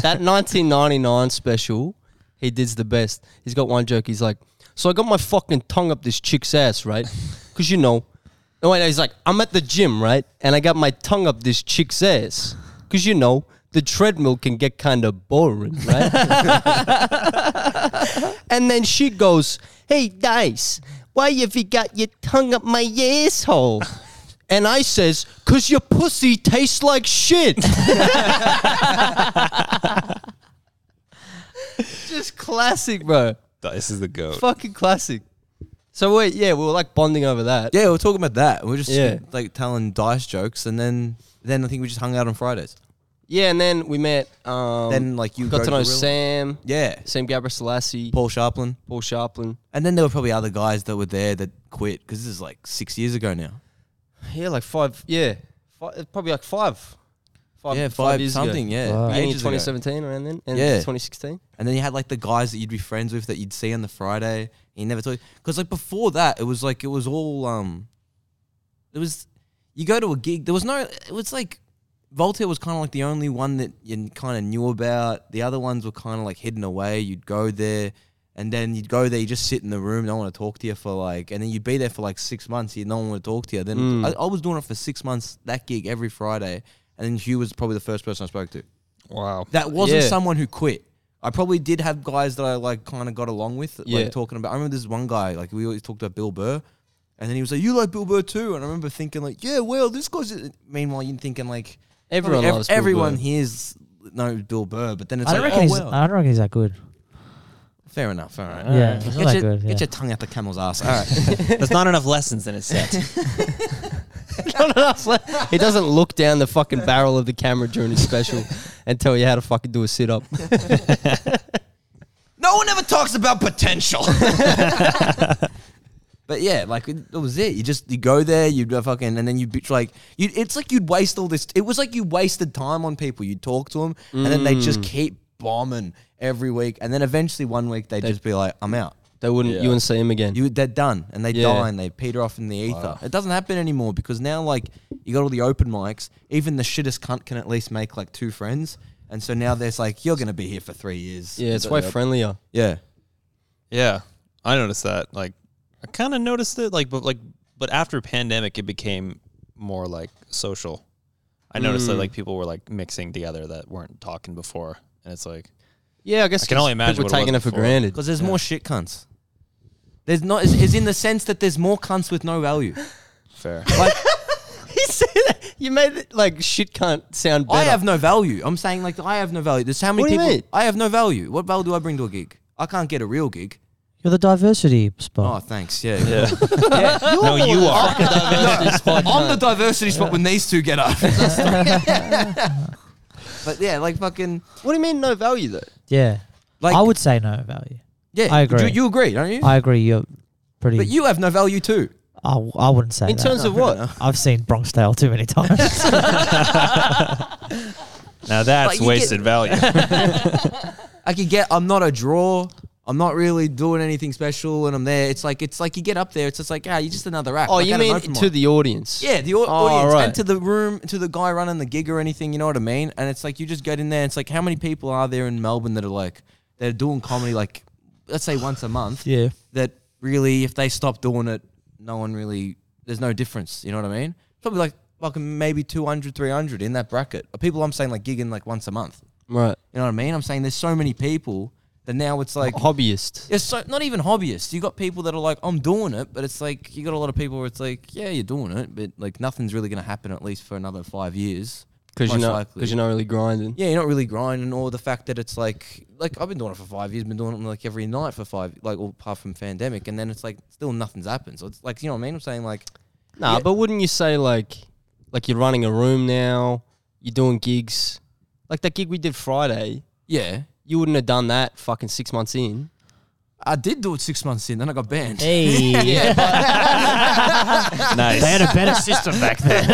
Speaker 6: that 1999 special, he did the best. He's got one joke. He's like, "So I got my fucking tongue up this chick's ass, right? Because you know." No, wait, no, he's like, "I'm at the gym, right? And I got my tongue up this chick's ass, because you know." The treadmill can get kind of boring, right? and then she goes, "Hey, Dice, why have you got your tongue up my asshole?" And I says, "Cause your pussy tastes like shit." Just classic, bro.
Speaker 2: This is the goat.
Speaker 6: Fucking classic. So wait, yeah, we were like bonding over that.
Speaker 4: yeah, we we're talking about that. We We're just
Speaker 6: Yeah.
Speaker 4: like telling dice jokes, and then then I think we just hung out on Fridays.
Speaker 6: Yeah, and then we met. Um,
Speaker 4: Then, like, you
Speaker 6: got
Speaker 4: go
Speaker 6: to know
Speaker 4: gorilla.
Speaker 6: Sam.
Speaker 4: Yeah.
Speaker 6: Sam Gabriel Selassie,
Speaker 4: Paul Sharplin,
Speaker 6: Paul Sharplin.
Speaker 4: and then there were probably other guys that were there that quit because this is like six years ago now.
Speaker 6: Yeah, like five. Yeah, five, probably like five. Five,
Speaker 4: Yeah, five
Speaker 6: years
Speaker 4: something,
Speaker 6: Ago.
Speaker 4: yeah. Wow.
Speaker 6: beginning of
Speaker 4: Ages ago.
Speaker 6: 2017 around then, and
Speaker 4: Yeah.
Speaker 6: 2016.
Speaker 4: And then you had like the guys that you'd be friends with that you'd see on the Friday. And you never talked because like before that, it was like it was all um, it was you go to a gig. There was no. It was like Voltaire was kind of like the only one that you kind of knew about. The other ones were kind of like hidden away. You'd go there. And then you'd go there, you just sit in the room, no one would talk to you for like, and then you'd be there for like six months, you no one would talk to you. Then
Speaker 6: Mm.
Speaker 4: I, I was doing it for six months, that gig every Friday, and then Hugh was probably the first person I spoke to.
Speaker 2: Wow.
Speaker 4: That wasn't
Speaker 6: Yeah.
Speaker 4: someone who quit. I probably did have guys that I like kind of got along with, like
Speaker 6: Yeah.
Speaker 4: talking about. I remember this one guy, like we always talked about Bill Burr, and then he was like, "You like Bill Burr too?" And I remember thinking, like, "Yeah, well, this guy's." Meanwhile, you're thinking like,
Speaker 6: Everyone
Speaker 4: probably ev-
Speaker 6: loves Bill
Speaker 4: everyone
Speaker 6: Burr.
Speaker 4: here's knows Bill Burr, but then it's
Speaker 1: I don't
Speaker 4: like,
Speaker 1: reckon
Speaker 4: oh
Speaker 1: he's.
Speaker 4: well,
Speaker 1: I don't reckon he's that good.
Speaker 4: fair enough, all right.
Speaker 1: Yeah, he's not
Speaker 4: Get,
Speaker 1: that
Speaker 4: your,
Speaker 1: good,
Speaker 4: get
Speaker 1: yeah.
Speaker 4: your tongue out the camel's ass. All right.
Speaker 2: There's not enough lessons in his set.
Speaker 6: he doesn't look down the fucking barrel of the camera during his special and tell you how to fucking do a sit up.
Speaker 4: No one ever talks about potential. but yeah, like it, that was it. You just you go there, you would fucking, and then you bitch like you. It's like you'd waste all this. It was like you wasted time on people. You talk to them, and then they
Speaker 6: Mm.
Speaker 4: just keep bombing every week, and then eventually one week they just be like, "I'm out."
Speaker 6: They wouldn't. You wouldn't see him again.
Speaker 4: You they're done, and they
Speaker 6: Yeah.
Speaker 4: die, and they peter off in the ether. It doesn't happen anymore because now like you got all the open mics. Even the shittest cunt can at least make like two friends, and so now there's like you're gonna be here for three years.
Speaker 6: yeah, it's way friendlier.
Speaker 4: Yeah.
Speaker 2: yeah, I noticed that. Like, I kind of noticed it. Like, but like, but after pandemic, it became more like social. I noticed that
Speaker 6: Mm.
Speaker 2: like people were like mixing together that weren't talking before, and it's like
Speaker 6: Yeah, I guess
Speaker 2: I can only imagine
Speaker 6: people taking it for granted.
Speaker 4: because there's more shit cunts. There's not is, is in the sense that there's more cunts with no value.
Speaker 2: Fair.
Speaker 4: Like
Speaker 6: He said that- you made it like shit can't sound better.
Speaker 4: I have no value. I'm saying like I have no value. There's how many
Speaker 6: What do you
Speaker 4: people
Speaker 6: mean?
Speaker 4: I have no value. What value do I bring to a gig? I can't get a real gig.
Speaker 1: You're the diversity
Speaker 4: Oh,
Speaker 1: spot.
Speaker 4: thanks. Yeah.
Speaker 2: Yeah.
Speaker 4: Yeah.
Speaker 2: no, you are.
Speaker 6: diversity spot.
Speaker 4: I'm the diversity spot when these two get up. but yeah, like fucking
Speaker 6: What do you mean no value though?
Speaker 1: Yeah.
Speaker 4: like
Speaker 1: I would say no value.
Speaker 4: yeah,
Speaker 1: I
Speaker 4: you-
Speaker 1: agree.
Speaker 4: You, agree, don't you?
Speaker 1: I agree. You're pretty.
Speaker 4: but you have no value too.
Speaker 1: I, w- I wouldn't say
Speaker 6: In
Speaker 1: that.
Speaker 6: terms of what?
Speaker 1: I've seen Bronx Tale too many times.
Speaker 2: Now that's
Speaker 4: you get-
Speaker 2: wasted value.
Speaker 4: Like you get I'm not a draw. I'm not really doing anything special and I'm there. It's like it's like you get up there, it's just like, ah, you're just another act.
Speaker 6: Oh,
Speaker 4: Like, I
Speaker 6: you
Speaker 4: don't
Speaker 6: mean
Speaker 4: know from
Speaker 6: to
Speaker 4: what-
Speaker 6: the audience?
Speaker 4: Yeah, the au-
Speaker 6: Oh,
Speaker 4: audience
Speaker 6: right.
Speaker 4: and to the room, to the guy running the gig or anything. You know what I mean? And it's like you just get in there. And it's like how many people are there in Melbourne that are like they're doing comedy like let's say once a month.
Speaker 1: yeah.
Speaker 4: That really, if they stop doing it, no one really. There's no difference. You know what I mean? Probably like fucking maybe 200, 300 in that bracket. People I'm saying like gigging like once a month.
Speaker 6: Right.
Speaker 4: You know what I mean? I'm saying there's so many people that now it's like
Speaker 6: Hobbyist.
Speaker 4: it's so not even hobbyists. You got people that are like, I'm doing it, but it's like you got a lot of people where it's like, yeah, you're doing it, but like nothing's really gonna happen at least for another five years.
Speaker 6: Because you're
Speaker 4: Most
Speaker 6: not
Speaker 4: likely.
Speaker 6: because you're not really grinding.
Speaker 4: Yeah, you're not really grinding, or the fact that it's like, like I've been doing it for five years, been doing it like every night for five, like all apart from pandemic, and then it's like still nothing's happened. So it's like, you know what I mean? I'm saying like,
Speaker 6: Nah,
Speaker 4: Yeah.
Speaker 6: but wouldn't you say like like you're running a room now, you're doing gigs. Like that gig we did Friday,
Speaker 4: yeah,
Speaker 6: you wouldn't have done that fucking six months in.
Speaker 4: I did do it six months in, then I got banned.
Speaker 1: Hey.
Speaker 2: nice.
Speaker 1: They had a better system back then.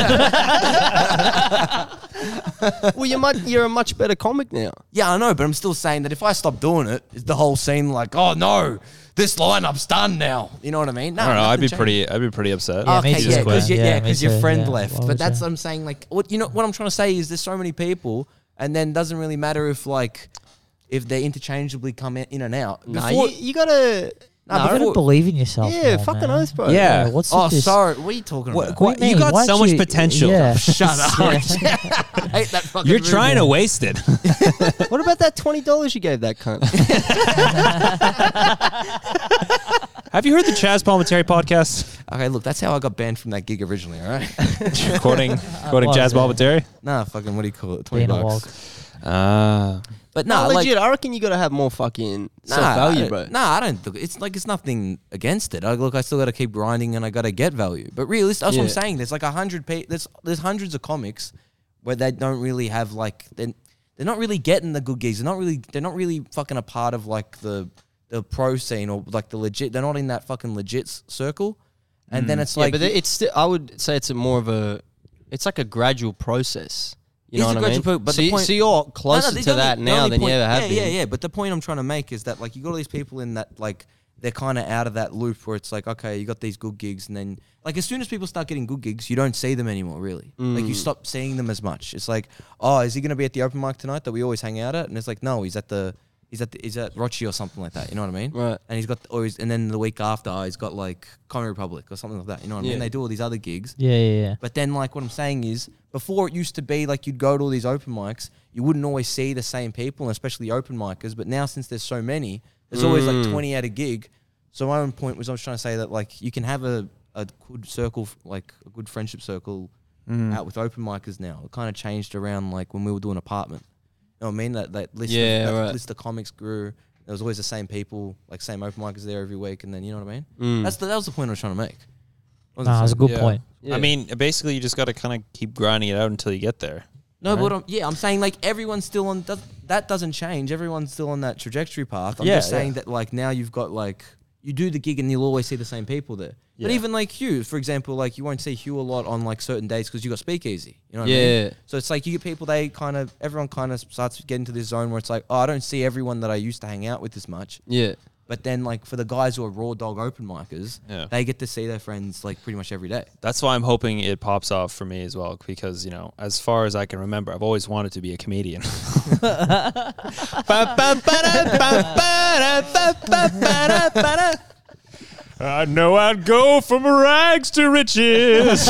Speaker 6: well, you're much, you're a much better comic now.
Speaker 4: Yeah, I know, but I'm still saying that if I stop doing it, is the whole scene like, oh no, this lineup's done now. You know what I mean? No,
Speaker 2: I don't know. I'd
Speaker 4: nothing
Speaker 2: be
Speaker 4: changed.
Speaker 2: pretty. I'd be pretty upset.
Speaker 1: Yeah, me
Speaker 4: okay,
Speaker 1: too.
Speaker 4: yeah, because
Speaker 1: Yeah,
Speaker 4: yeah,
Speaker 1: me
Speaker 4: 'cause your
Speaker 1: too,
Speaker 4: friend
Speaker 1: yeah.
Speaker 4: left.
Speaker 1: Why
Speaker 4: but
Speaker 1: would
Speaker 4: that's
Speaker 1: you?
Speaker 4: what I'm saying. Like, what you know, what I'm trying to say is, there's so many people, and then doesn't really matter if like if they interchangeably come in in and out.
Speaker 6: Nah,
Speaker 4: Before-
Speaker 6: you, you gotta.
Speaker 4: Nah,
Speaker 6: nah,
Speaker 1: you gotta believe in yourself.
Speaker 6: yeah,
Speaker 1: more,
Speaker 6: fucking
Speaker 1: man.
Speaker 6: oath, bro.
Speaker 2: Yeah.
Speaker 1: What's
Speaker 4: oh,
Speaker 1: with this?
Speaker 4: sorry, what are you talking about?
Speaker 1: What do
Speaker 2: you
Speaker 1: mean?
Speaker 2: got
Speaker 1: Why
Speaker 2: so
Speaker 1: don't
Speaker 2: much
Speaker 1: you-
Speaker 2: potential.
Speaker 1: Yeah.
Speaker 4: Shut up! I hate that fucking.
Speaker 2: You're
Speaker 4: rumor.
Speaker 2: trying to waste it.
Speaker 6: What about that twenty dollars you gave that cunt?
Speaker 2: Have you heard the Chaz Palminteri podcast?
Speaker 4: Okay, look, that's how I got banned from that gig originally. All right.
Speaker 2: quoting quoting
Speaker 1: was,
Speaker 2: Chaz
Speaker 1: yeah.
Speaker 2: Palminteri.
Speaker 4: nah, fucking. What do you call it? Twenty
Speaker 1: Being a
Speaker 4: bucks.
Speaker 1: wog.
Speaker 2: Ah,
Speaker 4: But
Speaker 6: nah,
Speaker 4: nah, like,
Speaker 6: legit. I reckon you gotta have more fucking
Speaker 4: Nah,
Speaker 6: self value,
Speaker 4: I-
Speaker 6: bro.
Speaker 4: Nah, I don't. Look, it's like it's nothing against it. I, look, I still got to keep grinding and I got to get value. But realistically, that's what
Speaker 6: Yeah.
Speaker 4: I'm saying. There's like a hundred. Pe- there's there's hundreds of comics where they don't really have like they're, they're not really getting the good gigs. They're not really they're not really fucking a part of like the the pro scene or like the legit. They're not in that fucking legit s- circle. And then it's
Speaker 6: Mm. yeah,
Speaker 4: like
Speaker 6: but it's still. I would say it's a more of a. It's like a gradual process. You know
Speaker 4: It's
Speaker 6: what
Speaker 4: a
Speaker 6: I mean?
Speaker 4: gradual pro- but
Speaker 6: so,
Speaker 4: the
Speaker 6: you,
Speaker 4: point-
Speaker 6: so you're
Speaker 4: No, no,
Speaker 6: closer
Speaker 4: the
Speaker 6: to
Speaker 4: only-
Speaker 6: that
Speaker 4: the
Speaker 6: now
Speaker 4: only
Speaker 6: than
Speaker 4: point-
Speaker 6: you ever have
Speaker 4: yeah,
Speaker 6: been.
Speaker 4: Yeah, yeah. But the point I'm trying to make is that like you got all these people in that like they're kind of out of that loop where it's like okay, you got these good gigs, and then like as soon as people start getting good gigs, you don't see them anymore. Really, like
Speaker 6: Mm.
Speaker 4: you stop seeing them as much. It's like oh, is he going to be at the open mic tonight that we always hang out at? And it's like no, he's at the he's at the, he's at Rochi or something like that. You know what I mean?
Speaker 6: Right.
Speaker 4: And he's got or he's, and then the week after he's got like Comedy Republic or something like that. You know what I
Speaker 6: Yeah.
Speaker 4: mean? They do all these other gigs.
Speaker 1: Yeah, yeah, yeah.
Speaker 4: But then, like, what I'm saying is, before it used to be like you'd go to all these open mics, you wouldn't always see the same people, and especially open micers. But now, since there's so many, there's always
Speaker 6: Mm.
Speaker 4: like 20 at a gig. So my own point was, I was trying to say that like you can have a, a good circle, like a good friendship circle,
Speaker 1: Mm.
Speaker 4: out with open micers now. It kind of changed around like when we were doing apartment. You know what I mean? That that list,
Speaker 6: Yeah,
Speaker 4: of, that
Speaker 6: right.
Speaker 4: list of comics grew. There was always the same people, like same open micers there every week, and then you know what I mean.
Speaker 6: Mm.
Speaker 4: That's the, that was the point I was trying to make. Wasn't
Speaker 1: Nah, that's a
Speaker 4: saying-
Speaker 1: good
Speaker 2: Yeah.
Speaker 1: point.
Speaker 6: Yeah.
Speaker 2: I mean, basically, you just got to kind of keep grinding it out until you get there.
Speaker 4: No, but I'm, yeah, I'm saying like everyone's still on that. That doesn't change. Everyone's still on that trajectory path. I'm
Speaker 2: Yeah,
Speaker 4: just saying
Speaker 2: yeah.
Speaker 4: that like now you've got like you do the gig and you'll always see the same people there. But
Speaker 2: Yeah.
Speaker 4: even like Hugh, for example, like you won't see Hugh a lot on like certain days because you got speakeasy. You know what I
Speaker 6: Yeah.
Speaker 4: mean? So it's like you get people they kind of everyone kind of starts getting to this zone where it's like oh I don't see everyone that I used to hang out with as much.
Speaker 6: yeah.
Speaker 4: But then like for the guys who are raw dog open micers,
Speaker 2: Yeah.
Speaker 4: they get to see their friends like pretty much every day.
Speaker 2: That's why I'm hoping it pops off for me as well, because you know, as far as I can remember, I've always wanted to be a comedian. I know I'd go from rags to riches.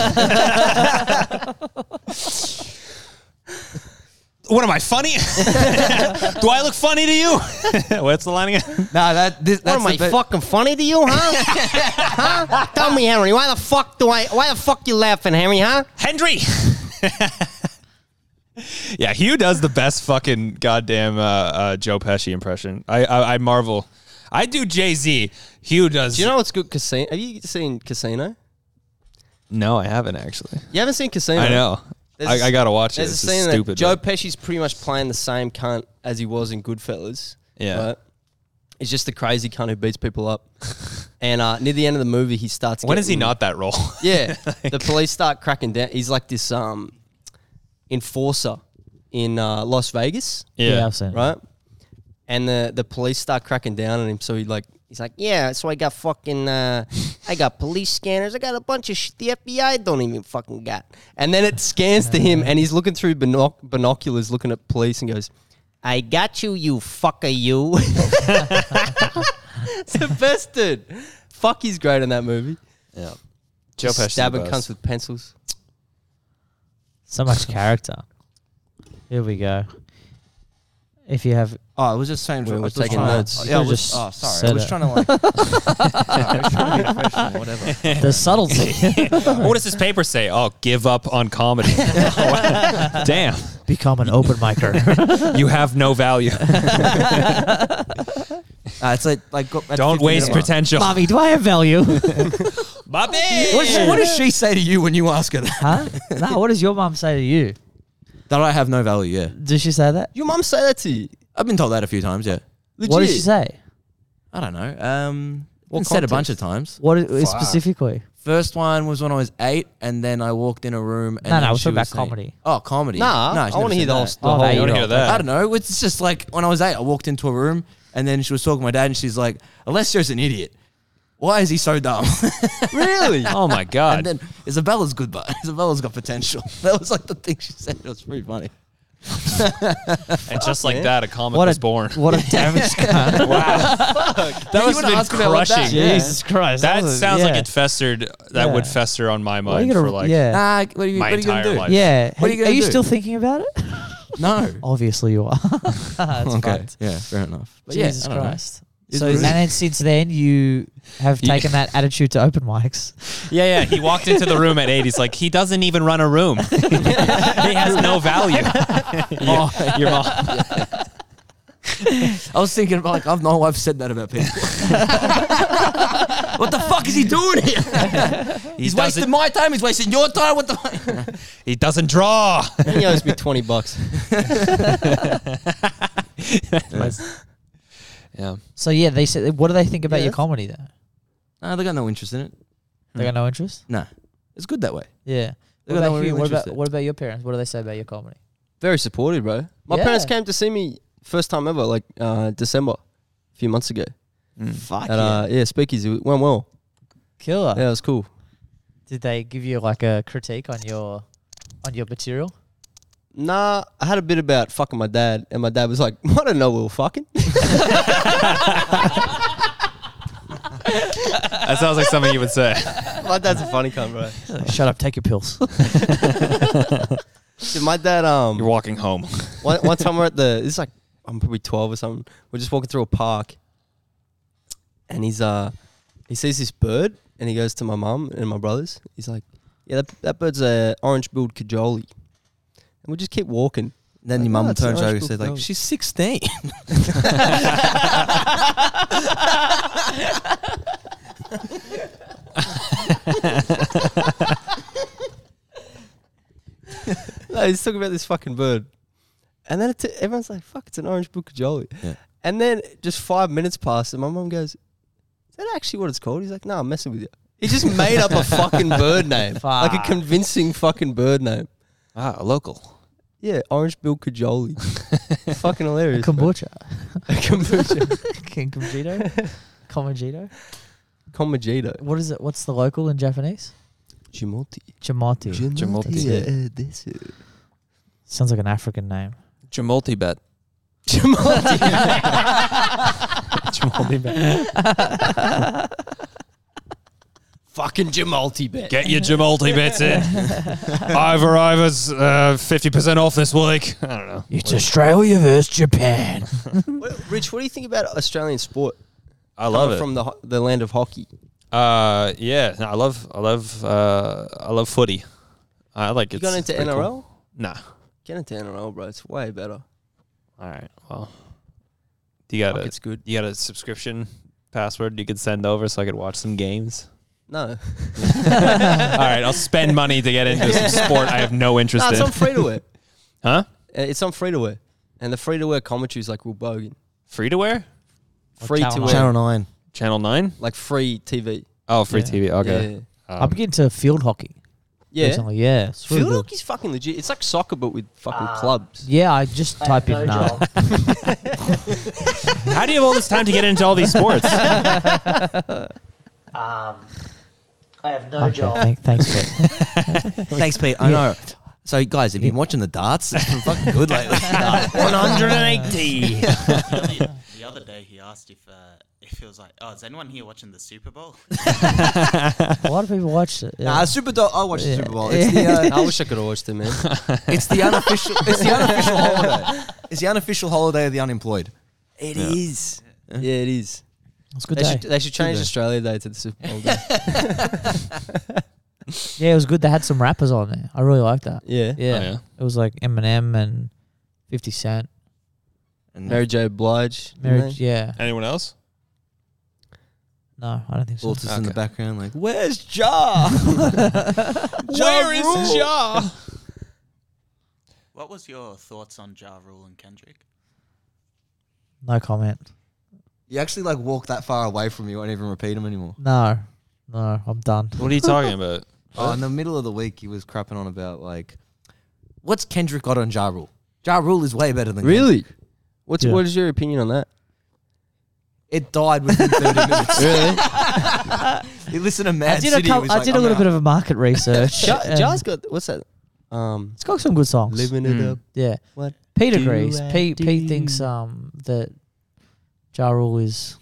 Speaker 2: What am I funny? Do I look funny to you? What's the line again?
Speaker 4: Nah, that this,
Speaker 6: What am I fucking funny to you, huh? huh? Tell me, Henry, why the fuck do I? Why the fuck you laughing, Henry? Huh?
Speaker 2: Henry. Yeah, Hugh does the best fucking goddamn uh, uh, Joe Pesci impression. I I, I marvel. I do Jay Z. Hugh does.
Speaker 6: Do you know what's good? Casino. Have you seen Casino?
Speaker 2: No, I haven't actually.
Speaker 6: You haven't seen Casino.
Speaker 2: I know.
Speaker 6: There's
Speaker 2: I,
Speaker 6: this-
Speaker 2: I gotta watch it.
Speaker 6: There's
Speaker 2: It's
Speaker 6: a
Speaker 2: just
Speaker 6: scene that
Speaker 2: stupid.
Speaker 6: Joe Pesci's pretty much playing the same cunt as he was in Goodfellas.
Speaker 2: Yeah.
Speaker 6: right? he's just the crazy cunt who beats people up. and uh, near the end of the movie, he starts.
Speaker 2: When is he
Speaker 6: getting-
Speaker 2: not that role?
Speaker 6: Yeah, the police start cracking down. He's like this um enforcer in uh, Las Vegas.
Speaker 2: Yeah. Yeah,
Speaker 1: I've seen it.
Speaker 6: Right, and the the police start cracking down on him. So he like he's like, yeah. So I got fucking uh, I got police scanners. I got a bunch of shit the FBI don't even fucking got. And then it scans to him, and he's looking through binoc- binoculars, looking at police, and goes. I got you, you fucker, you. it's the best, dude. Fuck, he's great in that movie.
Speaker 2: Yeah. Joe
Speaker 6: Just
Speaker 2: Pesci's the
Speaker 6: Stabbing
Speaker 2: best.
Speaker 6: cunts with pencils.
Speaker 1: So much character. Here we go. If you have,
Speaker 4: Oh, I was just saying.
Speaker 6: We
Speaker 4: I
Speaker 6: were
Speaker 4: was
Speaker 6: taking
Speaker 4: trying to-
Speaker 6: notes.
Speaker 4: Yeah, I
Speaker 1: You
Speaker 4: was,
Speaker 1: just
Speaker 4: oh, sorry. I
Speaker 1: said
Speaker 4: was
Speaker 1: it.
Speaker 4: trying to like. Sorry, I was trying to be professional, whatever.
Speaker 1: the subtlety,
Speaker 2: what does this paper say? Oh, give up on comedy. Damn,
Speaker 1: become an open micer.
Speaker 2: you have no value.
Speaker 4: Uh, it's like like. Go, at
Speaker 2: Don't
Speaker 4: 50
Speaker 2: waste
Speaker 4: minute mark.
Speaker 2: potential.
Speaker 1: Bobby, do I have value?
Speaker 2: Bobby!
Speaker 4: What, what does she say to you when you ask her that?
Speaker 1: huh? Nah. What does your mom say to you?
Speaker 4: That I have no value. Yeah,
Speaker 1: Does she say that?
Speaker 6: Your mum say that to you?
Speaker 4: I've been told that a few times. Yeah,
Speaker 1: What does she say?
Speaker 4: I don't know. Um, been said a bunch of times.
Speaker 1: What is, specifically?
Speaker 4: First one was when I was eight, and then I walked in a room. And
Speaker 1: No, no,
Speaker 4: then
Speaker 1: we're
Speaker 4: she
Speaker 1: talking
Speaker 4: was
Speaker 1: about
Speaker 4: saying-
Speaker 1: comedy.
Speaker 4: Oh, comedy.
Speaker 6: Nah,
Speaker 4: no,
Speaker 6: I
Speaker 4: she's
Speaker 6: want
Speaker 4: never
Speaker 6: to hear
Speaker 4: said
Speaker 6: the whole,
Speaker 4: that.
Speaker 6: the
Speaker 1: Oh,
Speaker 6: whole.
Speaker 1: hey, you
Speaker 2: I want to hear
Speaker 4: I
Speaker 2: that.
Speaker 4: don't know. It's just like when I was eight, I walked into a room and then she was talking to my dad, and she's like, "Alessio's an idiot. Why is he so dumb?"
Speaker 6: Really?
Speaker 2: Oh my god.
Speaker 4: and then Isabella's good, but Isabella's got potential. That was like the thing she said. It was pretty funny.
Speaker 2: And just like
Speaker 6: man.
Speaker 2: that, a comic
Speaker 1: What
Speaker 2: was
Speaker 1: a
Speaker 2: born.
Speaker 1: What a damage!
Speaker 2: That
Speaker 4: would've asked about what that-
Speaker 2: crushing.
Speaker 1: Jesus Christ!
Speaker 2: That
Speaker 1: was-
Speaker 2: sounds like
Speaker 1: yeah.
Speaker 2: it festered. That would
Speaker 1: Yeah.
Speaker 2: fester on my
Speaker 1: What are
Speaker 2: mind
Speaker 1: you gonna-
Speaker 2: for like.
Speaker 1: yeah,
Speaker 4: Nah, what are you,
Speaker 2: My
Speaker 4: what are you gonna
Speaker 2: entire
Speaker 4: do?
Speaker 2: life.
Speaker 1: yeah.
Speaker 4: What are you
Speaker 1: are
Speaker 4: gonna
Speaker 1: you
Speaker 4: do?
Speaker 1: still thinking about it?
Speaker 4: No.
Speaker 1: Obviously, you are.
Speaker 4: okay. Yeah. Fair enough. But yeah,
Speaker 1: Jesus
Speaker 4: I don't know.
Speaker 1: Christ.
Speaker 4: It's
Speaker 1: So,
Speaker 4: rude.
Speaker 1: and then since then, you have
Speaker 2: Yeah.
Speaker 1: taken that attitude to open mics.
Speaker 2: yeah, yeah. He walked into the room at eight. He's like, he doesn't even run a room. he has no value. Your- your mom.
Speaker 4: I was thinking about like I've no I've said that about people. what the fuck is he doing here? he's
Speaker 2: does
Speaker 4: wasting
Speaker 2: it-
Speaker 4: my time. He's wasting your time. What the?
Speaker 2: He doesn't draw.
Speaker 6: he owes me twenty bucks.
Speaker 2: Yeah.
Speaker 1: So yeah, they said, what do they think about
Speaker 6: Yeah.
Speaker 1: your comedy though?
Speaker 4: nah, they got no interest in it.
Speaker 1: They
Speaker 4: Hmm.
Speaker 1: got no interest.
Speaker 4: Nah, it's good that way.
Speaker 1: Yeah.
Speaker 4: They
Speaker 1: What
Speaker 4: got
Speaker 1: about,
Speaker 4: no
Speaker 1: you?
Speaker 4: real
Speaker 1: What
Speaker 4: interest
Speaker 1: about what about your parents? What do they say about your comedy?
Speaker 6: Very supportive, bro. My
Speaker 1: Yeah.
Speaker 6: parents came to see me first time ever, like uh, December, a few months ago.
Speaker 1: Fuck
Speaker 6: At, uh, yeah, speakeasy. It went well.
Speaker 1: killer.
Speaker 6: Yeah, it was cool.
Speaker 1: Did they give you like a critique on your on your material?
Speaker 6: Nah, I had a bit about fucking my dad, and my dad was like, "I don't know, we were fucking."
Speaker 2: That sounds like something you would say.
Speaker 6: my dad's a funny cunt, bro.
Speaker 1: Shut up, take your pills.
Speaker 6: Dude, my dad. Um,
Speaker 2: You're walking home.
Speaker 6: one, one time we're at the this is like I'm probably twelve or something. We're just walking through a park, and he's uh he sees this bird, and he goes to my mum and my brothers. He's like, "Yeah, that, that bird's a orange billed cajoli," and we just keep walking.
Speaker 4: Then
Speaker 6: Like,
Speaker 4: your mum
Speaker 6: "Oh, it's
Speaker 4: turns
Speaker 6: orange
Speaker 4: over and
Speaker 6: billed
Speaker 4: says like,
Speaker 6: cajoli."
Speaker 4: "She's 16.
Speaker 6: no, he's talking about this fucking bird, and then it's, everyone's like, "Fuck, it's an orange billed cajoli,"
Speaker 4: Yeah.
Speaker 6: and then just five minutes pass, and my mum goes, "Is that actually what it's called?" He's like, "No, I'm messing with you." He just made up a fucking bird name, like
Speaker 1: Fuck.
Speaker 6: a convincing fucking bird name.
Speaker 2: Ah, a local.
Speaker 6: Yeah, orange bill cajoli. Fucking hilarious.
Speaker 1: Kombucha.
Speaker 6: Kombucha.
Speaker 1: King Kombucha. Kombucha.
Speaker 6: Kombucha.
Speaker 1: What is it? What's the local in Japanese?
Speaker 6: Jimoti.
Speaker 1: Chimoti.
Speaker 2: Jamalti.
Speaker 6: Yeah, this is.
Speaker 1: Sounds like an African name.
Speaker 2: Jamalti bet.
Speaker 6: Jimoti.
Speaker 2: Jamalti bet.
Speaker 6: Fucking Jamalti bet.
Speaker 2: Get your Jamalti bets in. Over overs, fifty percent off this week. I don't know.
Speaker 1: It's Australia versus Japan.
Speaker 6: What- Rich, what do you think about Australian sport?
Speaker 2: I love
Speaker 6: Coming
Speaker 2: it.
Speaker 6: from the ho- the land of hockey.
Speaker 2: Uh, yeah, no, I love, I love, uh, I love footy. I like
Speaker 6: You
Speaker 2: it.
Speaker 6: gone into NRL?
Speaker 2: Nah.
Speaker 6: Get into NRL, bro. It's way better.
Speaker 2: All right. Well, you got a, it's good. You got a subscription password you could send over so I could watch some games.
Speaker 6: No.
Speaker 2: All right, I'll spend money to get into some sport I have no interest
Speaker 6: Nah, it's
Speaker 2: in.
Speaker 6: on free to wear.
Speaker 2: Huh?
Speaker 6: Uh, It's on free to wear, and the free to wear commentary is like Will Bogan.
Speaker 2: Free to wear?
Speaker 6: Free to wear.
Speaker 4: Nine.
Speaker 2: Channel Nine.
Speaker 6: Like free TV.
Speaker 2: Oh, free TV.
Speaker 6: Yeah.
Speaker 2: Okay. Um,
Speaker 1: I'm getting to field hockey.
Speaker 6: Yeah.
Speaker 1: Recently. Yeah. it's really
Speaker 6: Field
Speaker 1: good.
Speaker 6: hockey's fucking legit. It's like soccer, but with fucking clubs.
Speaker 1: Yeah, I just type in no.
Speaker 2: How do you have all this time to get into all these sports?
Speaker 10: Um, I have no
Speaker 1: Okay,
Speaker 10: job.
Speaker 1: thank- thanks, Pete.
Speaker 4: Thanks, Pete. I know. So, guys, have you been watching the darts? It's been fucking good lately.
Speaker 2: 180.
Speaker 5: the other day, he asked if uh, if he was like, "Oh, is anyone here watching the Super Bowl?"
Speaker 1: A lot of people watched it. Yeah.
Speaker 4: Nah, Super Bowl. I watched the
Speaker 1: Yeah.
Speaker 4: Super Bowl. It's the, uh,
Speaker 6: I wish I could have watched it, man.
Speaker 4: it's the unofficial. It's the unofficial holiday. It's the unofficial holiday of the unemployed. It is.
Speaker 6: yeah, it is.
Speaker 1: It's a good
Speaker 6: They
Speaker 1: day.
Speaker 6: should, they should change
Speaker 4: day.
Speaker 6: Australia Day to the Super Bowl Day.
Speaker 1: Yeah, it was good. They had some rappers on there. I really liked that.
Speaker 6: Yeah.
Speaker 1: Yeah.
Speaker 2: Oh, yeah.
Speaker 1: It was like Eminem and 50 Cent.
Speaker 6: Mary J. Blige. you know?
Speaker 1: Marriage. Yeah.
Speaker 2: Anyone else?
Speaker 1: No, I don't think so.
Speaker 4: Walters in the background, like
Speaker 6: Where's Jar?
Speaker 2: Where is Ja?
Speaker 5: What was your thoughts on Ja Rule and Kendrick?
Speaker 1: No comment.
Speaker 4: you actually like walk that far away from me, you won't even repeat them anymore.
Speaker 1: No. No, I'm done.
Speaker 2: What are you talking about?
Speaker 4: Oh, in the middle of the week, he was crapping on about like, what's Kendrick got on Ja Rule? Ja Rule is way better than Kendrick.
Speaker 6: Really? What's
Speaker 1: Yeah.
Speaker 6: what is your opinion on that?
Speaker 4: It died within thirty minutes. really? you listen to Mad
Speaker 1: I did, a,
Speaker 4: City.
Speaker 1: cou-
Speaker 4: he was
Speaker 1: I
Speaker 4: like,
Speaker 1: did a
Speaker 4: "I'm
Speaker 1: little
Speaker 4: out."
Speaker 1: bit of a market research.
Speaker 6: Ja,
Speaker 1: and
Speaker 6: Jar's got what's that? Um, hmm.
Speaker 1: It's got some good songs.
Speaker 6: living it
Speaker 2: Mm.
Speaker 6: up.
Speaker 1: yeah.
Speaker 6: What?
Speaker 1: Pete
Speaker 6: do
Speaker 1: agrees.
Speaker 6: I
Speaker 1: Pete, Pete
Speaker 6: do?
Speaker 1: thinks um, that Ja Rule is.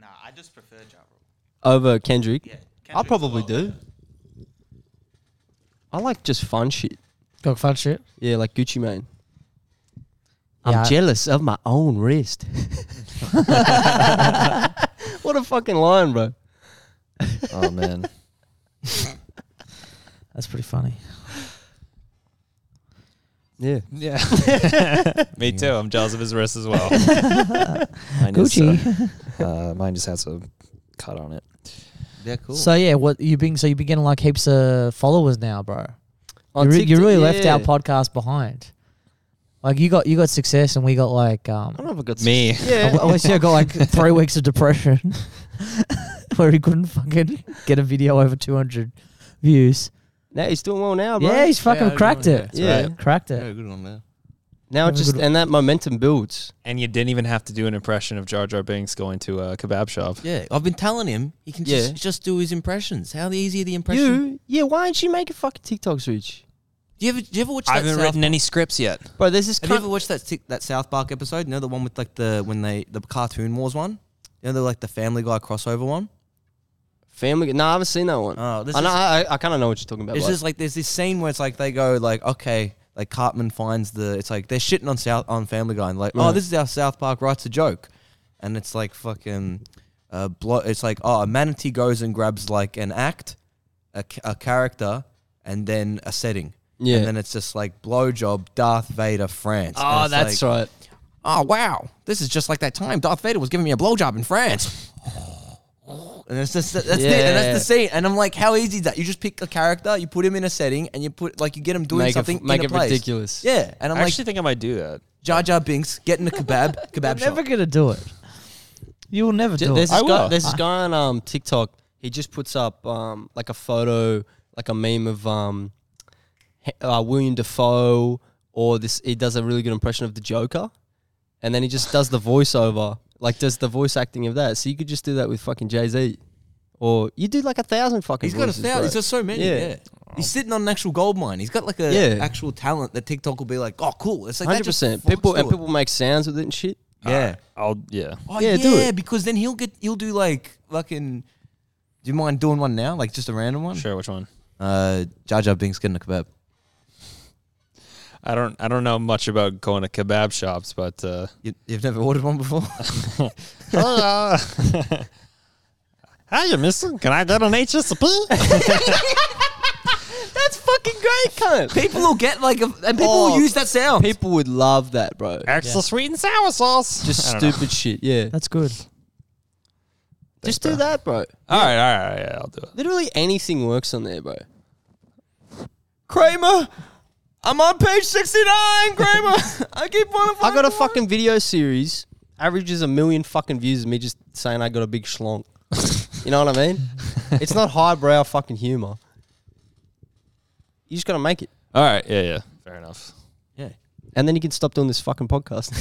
Speaker 5: Nah, I just prefer Ja Rule.
Speaker 6: Over Kendrick.
Speaker 5: Yeah,
Speaker 6: I
Speaker 5: Kendrick's a
Speaker 6: probably
Speaker 5: lot
Speaker 6: do.
Speaker 5: better.
Speaker 6: I like just fun shit.
Speaker 1: Got fun shit.
Speaker 6: Yeah, like Gucci Mane.
Speaker 1: Yeah.
Speaker 6: I'm jealous of my own wrist. what a fucking line, bro.
Speaker 2: Oh man.
Speaker 1: That's pretty funny.
Speaker 6: Yeah.
Speaker 2: Yeah. Me too. I'm jealous of his wrist as well. mine
Speaker 1: Gucci.
Speaker 2: Is, uh, uh, mine just has a cut on it.
Speaker 4: Yeah, cool.
Speaker 1: So yeah, what you being? So you been getting like heaps of followers now, bro.
Speaker 6: On
Speaker 1: you, re- you
Speaker 6: TikTok,
Speaker 1: really left
Speaker 6: yeah.
Speaker 1: our podcast behind. Like you got you got success and we got like um
Speaker 6: I don't know if I got
Speaker 2: Me.
Speaker 6: Yeah.
Speaker 1: Alessio got like three weeks of depression where he couldn't fucking get a video over two hundred views.
Speaker 6: now he's doing well now, bro.
Speaker 1: Yeah, he's fucking
Speaker 4: Yeah, I
Speaker 1: cracked
Speaker 4: know,
Speaker 1: it.
Speaker 6: yeah. Yeah.
Speaker 1: Cracked
Speaker 4: yeah,
Speaker 1: it.
Speaker 4: good on that.
Speaker 6: now it
Speaker 1: having a
Speaker 6: just
Speaker 1: good-
Speaker 6: and that momentum builds.
Speaker 2: And you didn't even have to do an impression of Jar Jar Binks going to a kebab shop.
Speaker 4: Yeah, I've been telling him he can
Speaker 6: Yeah.
Speaker 4: just, just do his impressions. How easy are the impressions?
Speaker 6: You, yeah, why aren't you making fucking TikToks, Rich?
Speaker 4: Do you ever, do you ever watch
Speaker 2: I
Speaker 4: that?
Speaker 2: haven't
Speaker 4: South
Speaker 2: written any scripts yet.
Speaker 6: Bro, there's this
Speaker 4: Have you
Speaker 6: cunt
Speaker 4: ever watched that tic- that South Park episode? You know the one with like the when they the cartoon wars one. You know the like the Family Guy crossover one.
Speaker 6: Family. No, I haven't seen that one.
Speaker 4: Oh, this
Speaker 6: I,
Speaker 4: is
Speaker 6: know, I, I- I kind of know what you're talking about.
Speaker 4: it's
Speaker 6: but-
Speaker 4: just like there's this scene where it's like they go like okay like Cartman finds the it's like they're shitting on South on Family Guy and like oh
Speaker 6: Right.
Speaker 4: this is how South Park writes a joke, and it's like fucking uh blo- it's like oh a manatee goes and grabs like an act, a, ca- a character, and then a setting.
Speaker 6: Yeah.
Speaker 4: And then it's just like blowjob Darth Vader France. And
Speaker 6: oh,
Speaker 4: it's
Speaker 6: that's
Speaker 4: like,
Speaker 6: right.
Speaker 4: oh wow, this is just like that time Darth Vader was giving me a blowjob in France. And it's just that's it, and that's the scene. And I'm like, how easy is that? You just pick a character, you put him in a setting, and you put like you get him doing
Speaker 6: Make it-
Speaker 4: something.
Speaker 6: make
Speaker 4: in a
Speaker 6: it
Speaker 4: place.
Speaker 6: ridiculous.
Speaker 4: Yeah, and I'm
Speaker 2: I
Speaker 4: like,
Speaker 2: actually think I might do that.
Speaker 4: Jar Jar Binks getting a kebab, kebab
Speaker 1: Never
Speaker 4: shop.
Speaker 1: gonna do it. You'll never
Speaker 6: J-
Speaker 1: do
Speaker 6: There's
Speaker 1: it.
Speaker 6: this, guy,
Speaker 2: will.
Speaker 6: there's this guy on um, TikTok. He just puts up um, like a photo, like a meme of um, he- uh, William Defoe, or this. He does a really good impression of the Joker, and then he just does the voiceover, like does the voice acting of that. So you could just do that with fucking Jay Z, or you do like a thousand fucking.
Speaker 4: He's got a
Speaker 6: voices,
Speaker 4: thousand.
Speaker 6: bro.
Speaker 4: He's got so many.
Speaker 6: Yeah.
Speaker 4: Yeah. He's sitting on an actual gold mine. He's got like a
Speaker 6: Yeah.
Speaker 4: actual talent that TikTok will be like, oh, cool. It's like that
Speaker 6: Hundred
Speaker 4: just
Speaker 6: percent.
Speaker 4: fucks
Speaker 6: People
Speaker 4: to
Speaker 6: and
Speaker 4: it.
Speaker 6: people make sounds with it and shit.
Speaker 4: Yeah.
Speaker 2: I'll yeah.
Speaker 4: Oh yeah,
Speaker 6: Yeah, do it.
Speaker 4: because then he'll get he'll do like fucking Do you mind doing one now? Like just a random one?
Speaker 2: Sure, which one?
Speaker 4: Uh, Jar Jar Binks getting a kebab.
Speaker 2: I don't I don't know much about going to kebab shops, but uh,
Speaker 4: you, you've never ordered one before.
Speaker 2: Hello. Hiya, mister. Can I get an HSP?
Speaker 6: That's fucking great, cunt.
Speaker 4: People will get like, a, and people will use that sound.
Speaker 6: People would love that, bro.
Speaker 2: Extra sweet and sour sauce.
Speaker 6: Just
Speaker 2: I don't know.
Speaker 6: stupid shit. Yeah,
Speaker 1: that's good.
Speaker 6: Just do that, bro.
Speaker 2: All right, all right, all right, yeah, I'll do it.
Speaker 6: Literally anything works on there, bro.
Speaker 4: Kramer, I'm on page 69, Kramer. I keep wanting
Speaker 6: I got a fucking video series. Averages a million fucking views of me just saying I got a big schlong. you know what I mean? It's not highbrow fucking humor. You just gotta make it,
Speaker 2: All right, yeah, yeah. Fair enough.
Speaker 6: and then you can stop doing this fucking podcast.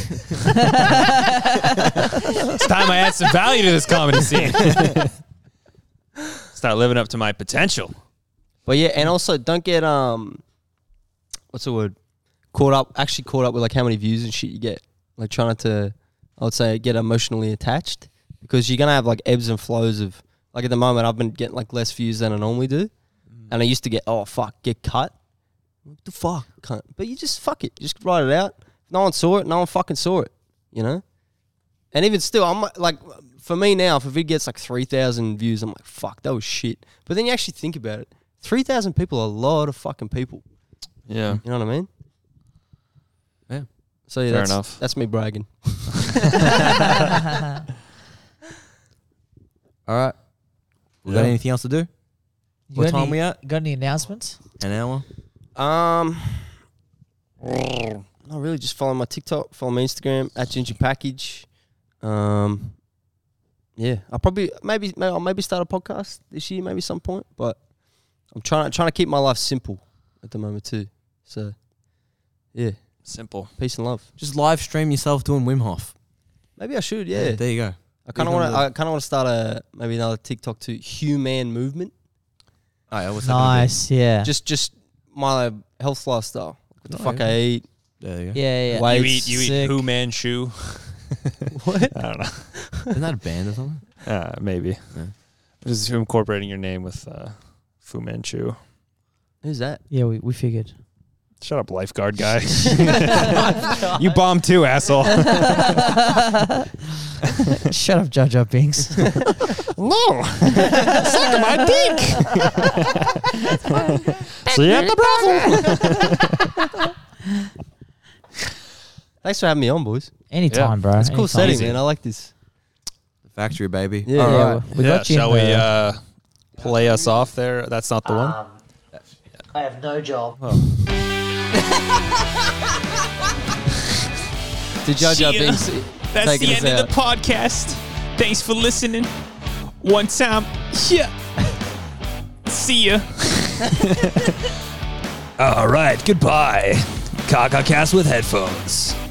Speaker 2: It's time I add some value to this comedy scene. Start living up to my potential.
Speaker 6: But yeah, and also don't get um, what's the word? Caught up, actually caught up with like how many views and shit you get. Like trying not to, I would say, get emotionally attached because you're gonna have like ebbs and flows of like at the moment I've been getting like less views than I normally do,
Speaker 2: Mm.
Speaker 6: and I used to get oh fuck get cut, what the fuck, cunt. But you just fuck it, just write it out. No one saw it, no one fucking saw it, you know. And even still, I'm like- like, for me now, if a vid gets like 3,000 views, I'm like, fuck, that was shit. But then you actually think about it 3,000 people are a lot of fucking people.
Speaker 2: Yeah.
Speaker 6: You know what I mean?
Speaker 2: Yeah.
Speaker 6: So yeah,
Speaker 2: Fair
Speaker 6: that's,
Speaker 2: enough.
Speaker 6: that's me bragging.
Speaker 4: All right. We got
Speaker 2: Yeah.
Speaker 4: anything else to do?
Speaker 1: You
Speaker 4: What
Speaker 1: got
Speaker 4: time
Speaker 1: any-
Speaker 4: we at?
Speaker 1: Got any announcements?
Speaker 4: An hour.
Speaker 6: Um, not really. Just follow my TikTok, follow my Instagram at Ginger Package. Um, yeah, I'll probably maybe, maybe I'll maybe start a podcast this year, maybe some point. But I'm trying trying to keep my life simple at the moment too. So yeah,
Speaker 2: Simple.
Speaker 6: peace and love.
Speaker 4: Just live stream yourself doing Wim Hof.
Speaker 6: Maybe I should. Yeah,
Speaker 4: There you go.
Speaker 6: I kind
Speaker 4: you
Speaker 6: of want
Speaker 4: can
Speaker 6: to. I kind of want to start a maybe another TikTok to human movement.
Speaker 4: All right. What's that gonna be?
Speaker 1: Nice, yeah.
Speaker 6: Just just my health lifestyle. What the
Speaker 4: Oh,
Speaker 6: fuck
Speaker 4: yeah.
Speaker 6: I eat.
Speaker 4: There you go.
Speaker 1: yeah, yeah.
Speaker 6: Weights.
Speaker 2: you eat you eat
Speaker 1: sick.
Speaker 2: Who Man Shoe.
Speaker 6: What?
Speaker 2: I don't know.
Speaker 4: Isn't that a band or something?
Speaker 2: Uh, maybe.
Speaker 4: Yeah.
Speaker 2: Just incorporating your name with uh, Fu Manchu.
Speaker 6: Who's that?
Speaker 1: Yeah, we, we figured.
Speaker 2: Shut up, lifeguard guy. you bombed too, asshole.
Speaker 1: Shut up, Jar Jar Binks.
Speaker 2: No. Suck my dick. See you at the brothel.
Speaker 6: Thanks for having me on, boys.
Speaker 1: Anytime, bro.
Speaker 6: It's a cool
Speaker 1: anytime.
Speaker 6: setting, man. I like this.
Speaker 4: The factory, baby.
Speaker 6: Yeah.
Speaker 4: All
Speaker 1: Yeah,
Speaker 4: right.
Speaker 1: we
Speaker 2: yeah,
Speaker 1: got you. in
Speaker 2: shall we
Speaker 1: the-
Speaker 2: uh, play us off there? That's not the one.
Speaker 10: Um, I have no job.
Speaker 6: Did Jar Jar
Speaker 8: See ya.
Speaker 6: Binks
Speaker 8: That's
Speaker 6: taking
Speaker 8: the
Speaker 6: us
Speaker 8: end of
Speaker 6: out?
Speaker 8: the podcast. Thanks for listening. One time. Yeah. See ya.
Speaker 3: All right, goodbye. Kakakast with headphones.